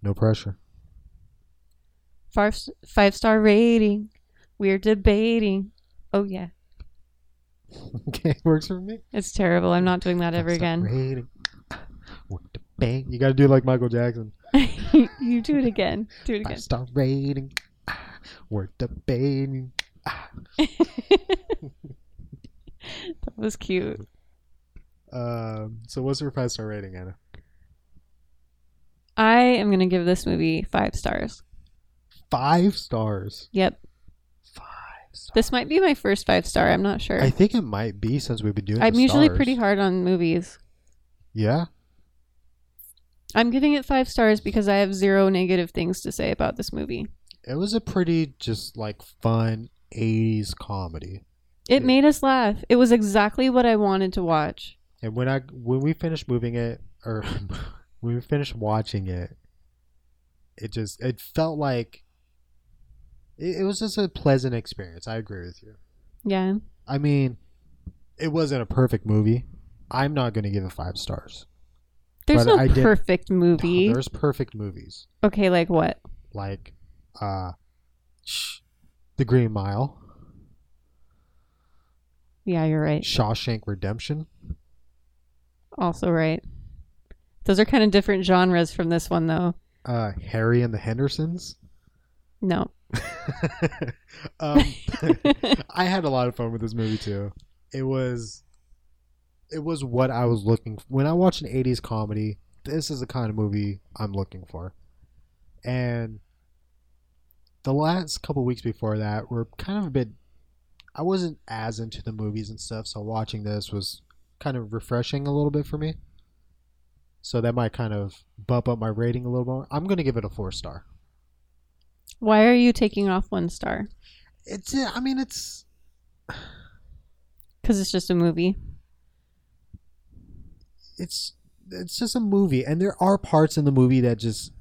Speaker 6: No pressure. *laughs*
Speaker 7: five five star rating. We're debating. Oh yeah,
Speaker 6: Okay, works for me.
Speaker 7: it's terrible. I'm not doing that ever
Speaker 6: Five-star
Speaker 7: again.
Speaker 6: rating. What the bang? You got to do like Michael Jackson.
Speaker 7: *laughs* you do it again. Do it again.
Speaker 6: Five star rating. Ah, We're debating.
Speaker 7: *laughs* That was cute.
Speaker 6: Um. So what's your five star rating, Anna?
Speaker 7: I am gonna give this movie five stars.
Speaker 6: Five stars.
Speaker 7: Yep.
Speaker 6: Five stars.
Speaker 7: This might be my first five star. I'm not sure.
Speaker 6: I think it might be since we've been doing.
Speaker 7: I'm
Speaker 6: the
Speaker 7: usually
Speaker 6: stars.
Speaker 7: pretty hard on movies.
Speaker 6: Yeah.
Speaker 7: I'm giving it five stars because I have zero negative things to say about this movie.
Speaker 6: It was a pretty just like fun '80s comedy.
Speaker 7: It made us laugh. It was exactly what I wanted to watch.
Speaker 6: And when I when we finished moving it or *laughs* when we finished watching it, it just it felt like it, it was just a pleasant experience. I agree with you.
Speaker 7: Yeah.
Speaker 6: I mean, it wasn't a perfect movie. I'm not going to give it five stars.
Speaker 7: There's
Speaker 6: But
Speaker 7: no
Speaker 6: I did-
Speaker 7: perfect
Speaker 6: *laughs*
Speaker 7: movie.
Speaker 6: There's perfect movies
Speaker 7: Okay, like what?
Speaker 6: like uh, shh, The Green Mile,
Speaker 7: Yeah, you're right.
Speaker 6: Shawshank Redemption.
Speaker 7: Also right. Those are kind of different genres from this one, though.
Speaker 6: uh, Harry and the Hendersons.
Speaker 7: No.
Speaker 6: *laughs* um, I had a lot of fun with this movie too. It was, it was what I was looking for. when I watch an '80s comedy. This is the kind of movie I'm looking for, and the last couple weeks before that were kind of a bit. I wasn't as into the movies and stuff, so watching this was kind of refreshing a little bit for me. So that might kind of bump up my rating a little more. I'm gonna give it a four star.
Speaker 7: Why are you taking off one star?
Speaker 6: It's. I mean, it's.
Speaker 7: Because it's just a movie.
Speaker 6: it's it's just a movie and there are parts in the movie that just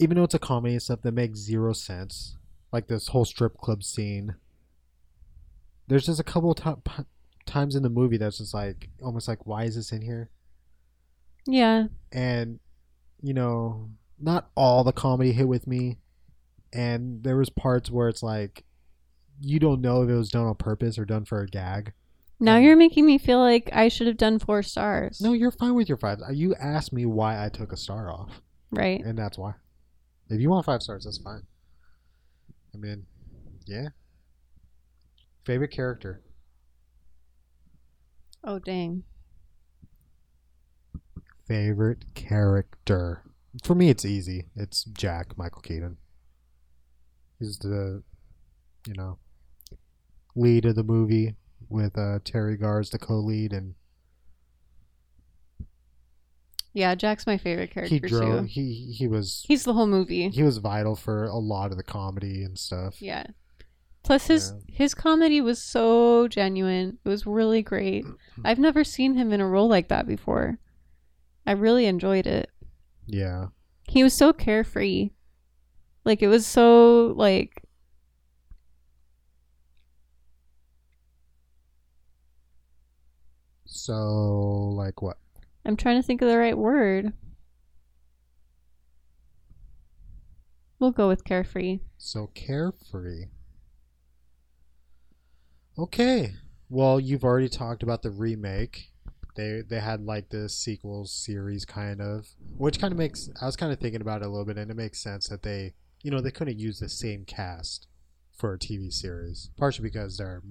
Speaker 6: even though it's a comedy and stuff that makes zero sense like this whole strip club scene there's just a couple ti- p- times in the movie that's just like almost like why is this in here
Speaker 7: Yeah.
Speaker 6: and you know not all the comedy hit with me and there was parts where it's like you don't know if it was done on purpose or done for a gag
Speaker 7: Now you're making me feel like I should have done four stars.
Speaker 6: Um, No, you're fine with your fives. You asked me why I took a star off,
Speaker 7: Right.
Speaker 6: and that's why. If you want five stars, that's fine. I mean, yeah. Favorite character?
Speaker 7: Oh, dang.
Speaker 6: Favorite character? For me, it's easy. It's Jack Michael Keaton. He's the, you know, lead of the movie with uh, Terry Garr as the co-lead, and
Speaker 7: Yeah, Jack's my favorite character,
Speaker 6: he drove.
Speaker 7: too.
Speaker 6: He he was
Speaker 7: He's the whole movie.
Speaker 6: he was vital for a lot of the comedy and stuff.
Speaker 7: Yeah. Plus his his comedy was so genuine. It was really
Speaker 6: *clears throat*
Speaker 7: great. I've never seen him in a role like that before. I really enjoyed it.
Speaker 6: Yeah.
Speaker 7: He was so carefree. Like it was so like
Speaker 6: So like what?
Speaker 7: I'm trying to think of the right word. We'll go with carefree.
Speaker 6: So carefree. Okay. Well, you've already talked about the remake. They they had like the sequel series kind of, which kind of makes I was kind of thinking about it a little bit, and it makes sense that they you know they couldn't use the same cast for a TV series, partially because they're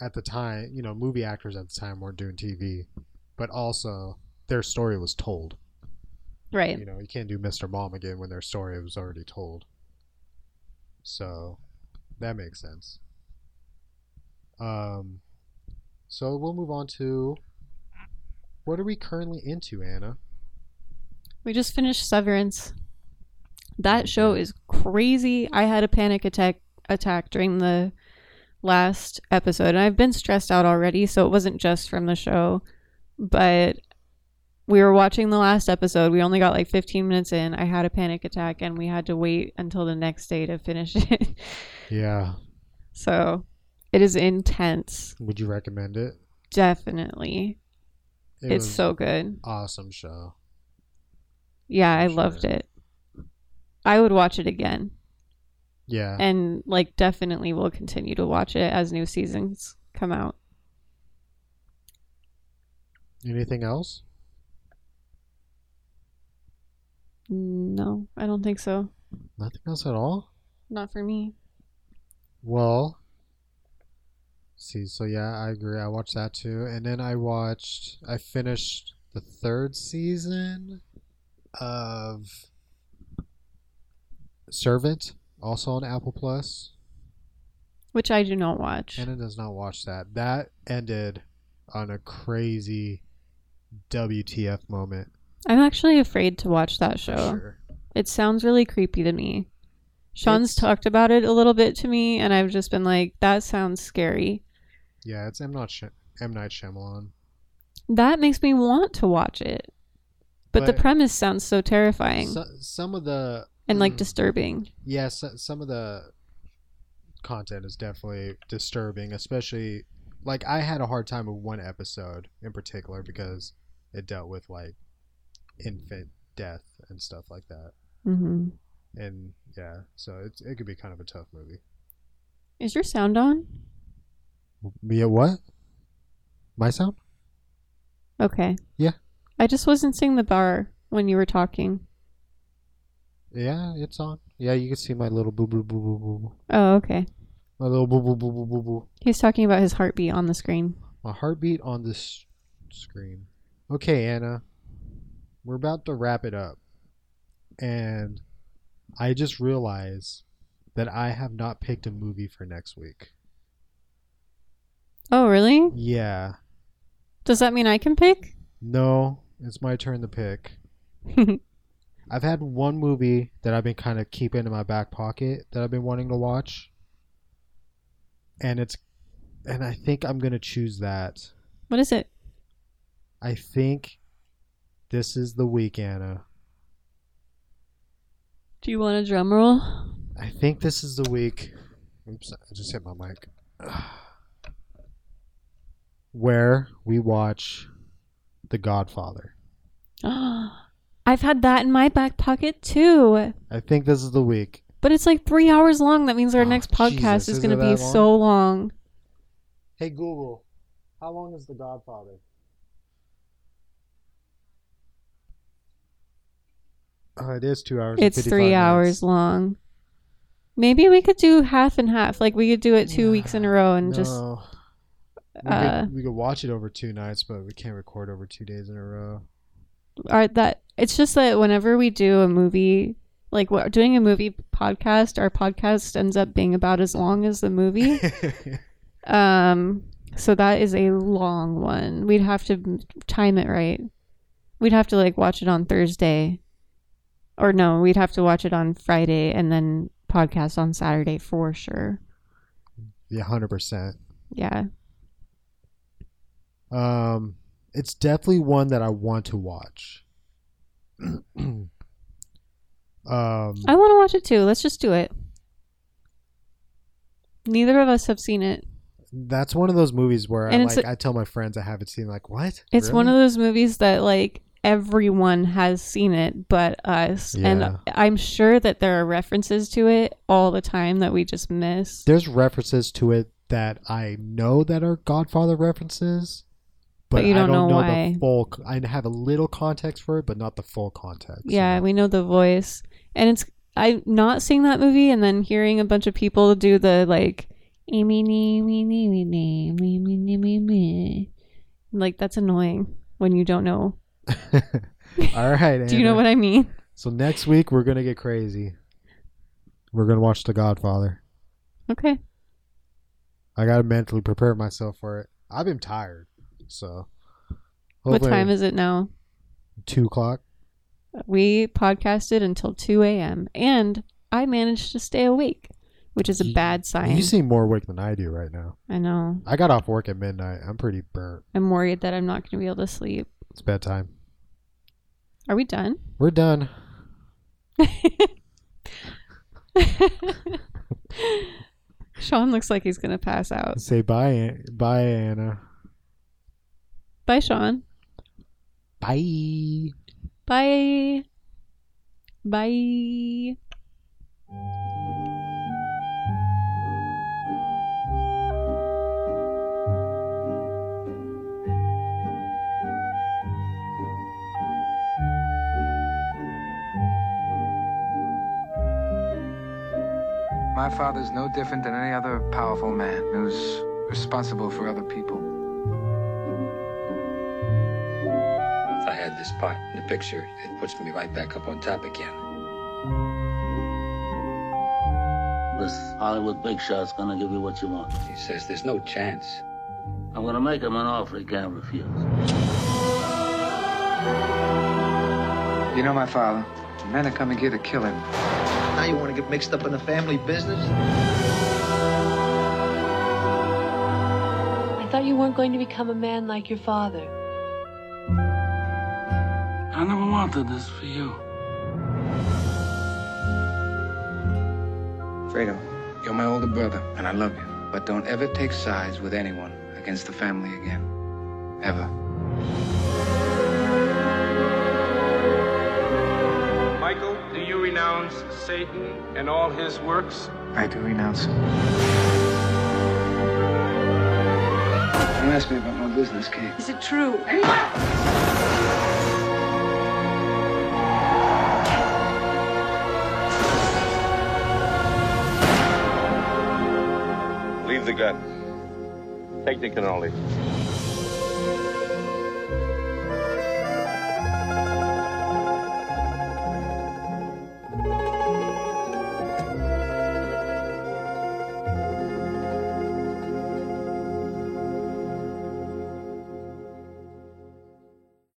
Speaker 6: at the time you know movie actors at the time weren't doing TV, but also their story was told.
Speaker 7: Right.
Speaker 6: You know, you can't do Mr. Mom again when their story was already told. So that makes sense. Um so we'll move on to what are we currently into, Anna?
Speaker 7: We just finished Severance. That show is crazy. I had a panic attack attack during the last episode, and I've been stressed out already, so it wasn't just from the show. But we were watching the last episode. We only got like 15 minutes in. I had a panic attack, and we had to wait until the next day to finish *laughs* it.
Speaker 6: Yeah.
Speaker 7: so it is intense,
Speaker 6: Would you recommend it?
Speaker 7: definitely.
Speaker 6: It
Speaker 7: it's
Speaker 6: was
Speaker 7: so good.
Speaker 6: awesome show.
Speaker 7: Yeah, I
Speaker 6: Sure.
Speaker 7: loved it. I would watch it again.
Speaker 6: Yeah.
Speaker 7: and like definitely will continue to watch it as new seasons come out.
Speaker 6: Anything else?
Speaker 7: No, I don't think so.
Speaker 6: Nothing else at all?
Speaker 7: Not for me.
Speaker 6: Well, see, so yeah, I agree. I watched that too, and then I watched. I finished the third season of Servant, also on Apple Plus.
Speaker 7: Which I do not watch.
Speaker 6: Anna does not watch that. That ended on a crazy WTF moment.
Speaker 7: I'm actually afraid to watch that
Speaker 6: for
Speaker 7: show.
Speaker 6: sure.
Speaker 7: It sounds really creepy to me. Sean's
Speaker 6: It's-
Speaker 7: talked about it a little bit to me, and I've just been like, that sounds scary.
Speaker 6: Yeah, it's M. Not Sh- M. Night Shyamalan.
Speaker 7: That makes me want to watch it. But, the
Speaker 6: But-
Speaker 7: premise sounds so terrifying
Speaker 6: So, some of the
Speaker 7: and like
Speaker 6: Mm.
Speaker 7: disturbing.
Speaker 6: Yes, so- some of the content is definitely disturbing, especially like I had a hard time with one episode in particular because it dealt with like infant death and stuff like that.
Speaker 7: hmm
Speaker 6: And yeah, so it's, it could be kind of a tough movie.
Speaker 7: Is your sound on?
Speaker 6: Me at what? My sound?
Speaker 7: Okay.
Speaker 6: Yeah.
Speaker 7: I just wasn't seeing the bar when you were talking.
Speaker 6: Yeah, it's on. Yeah, you can see my little boo boo boo boo boo.
Speaker 7: Oh, okay.
Speaker 6: My little boo boo boo boo boo boo.
Speaker 7: He's talking about his heartbeat on the screen.
Speaker 6: My heartbeat on this screen. Okay, Anna. We're about to wrap it up. And I just realized that I have not picked a movie for next week.
Speaker 7: Oh, really?
Speaker 6: Yeah.
Speaker 7: Does that mean I can pick? *laughs*
Speaker 6: No, it's my turn to pick. I've had one movie that I've been kind of keeping in my back pocket that I've been wanting to watch. And it's and I think I'm going to choose that.
Speaker 7: what is it?
Speaker 6: I think this is the week, Anna.
Speaker 7: Do you want a drum roll? *gasps*
Speaker 6: I think this is the week. Oops, I just hit my mic. *sighs* Where we watch The Godfather.
Speaker 7: I've had that in my back pocket too.
Speaker 6: I think this is the week.
Speaker 7: But it's like three hours long. That means our
Speaker 6: Oh,
Speaker 7: next podcast
Speaker 6: Jesus,
Speaker 7: is
Speaker 6: is
Speaker 7: going
Speaker 6: it
Speaker 7: to be
Speaker 6: that long?
Speaker 7: so long.
Speaker 6: Hey Google, how long is The Godfather? Uh, it is two hours. and
Speaker 7: It's
Speaker 6: 55
Speaker 7: three
Speaker 6: minutes.
Speaker 7: hours long. Maybe we could do half and half. Like we could do it two weeks in a row and just
Speaker 6: No. we,
Speaker 7: uh,
Speaker 6: could, we could watch it over two nights, but we can't record over two days in a row. *laughs*
Speaker 7: are that. It's just that whenever we do a movie, like what doing a movie podcast, our podcast ends up being about as long as the movie. Um, so that is a long one. We'd have to m- time it right. We'd have to like watch it on Thursday, or no, we'd have to watch it on Friday and then podcast on Saturday for sure.
Speaker 6: yeah, hundred percent.
Speaker 7: Yeah,
Speaker 6: Um, it's definitely one that I want to watch. *clears throat* um,
Speaker 7: I want to watch it too. Let's just do it. Neither of us have seen it.
Speaker 6: that's one of those movies where I,
Speaker 7: And it's
Speaker 6: like
Speaker 7: a-
Speaker 6: I tell my friends I haven't seen. Like, what?
Speaker 7: It's one of those movies that like everyone has seen it but us
Speaker 6: Yeah.
Speaker 7: and i'm sure that there are references to it all the time that we just miss
Speaker 6: there's references to it that I know that are Godfather references, but,
Speaker 7: you
Speaker 6: I
Speaker 7: don't
Speaker 6: don't know,
Speaker 7: know
Speaker 6: the
Speaker 7: why.
Speaker 6: full. I have a little context for it, but not the full context.
Speaker 7: Yeah, we know the voice. And it's I'm not seeing that movie and then hearing a bunch of people do the like "Eh, "Eeny, nee, wee, nee, wee, nee, wee, wee, nee, wee, wee." like that's annoying when you don't know.
Speaker 6: *laughs* All right.
Speaker 7: *laughs* Do you know
Speaker 6: Anna.
Speaker 7: what I mean?
Speaker 6: So next week we're gonna get crazy. We're gonna watch The Godfather.
Speaker 7: Okay.
Speaker 6: I gotta mentally prepare myself for it. I've been tired, so.
Speaker 7: What time is it now?
Speaker 6: two o'clock?
Speaker 7: We podcasted until 2 a.m. and I managed to stay awake, which is a
Speaker 6: You-
Speaker 7: bad sign.
Speaker 6: You seem more awake than I do right now.
Speaker 7: I know.
Speaker 6: I got off work at midnight. I'm pretty burnt.
Speaker 7: I'm worried that I'm not going to be able to sleep.
Speaker 6: It's bedtime.
Speaker 7: Are we done? *laughs*
Speaker 6: We're done.
Speaker 7: Sean looks like he's going to pass out.
Speaker 6: Say bye, An- bye, Anna.
Speaker 7: Bye, Sean.
Speaker 6: Bye.
Speaker 7: Bye. Bye.
Speaker 2: My father's no different than any other powerful man who's responsible for other people.
Speaker 8: If I had this part in the picture, it puts me right back up on top again.
Speaker 9: This Hollywood big shot's gonna give you what you want.
Speaker 8: He says, There's no chance.
Speaker 9: I'm gonna make him an offer he can't refuse.
Speaker 2: You know my father. The men are coming here to kill him.
Speaker 10: Now you want to get mixed up in the family business?
Speaker 11: I thought you weren't going to become a man like your father.
Speaker 9: I never wanted this for you.
Speaker 2: Fredo, you're my older brother, and I love you. But don't ever take sides with anyone against the family again. Ever.
Speaker 12: Michael, do you renounce Satan and all his works?
Speaker 2: I do renounce him. You asked me about my business, Kate.
Speaker 11: Is it true?
Speaker 12: Leave the gun. Take the cannoli.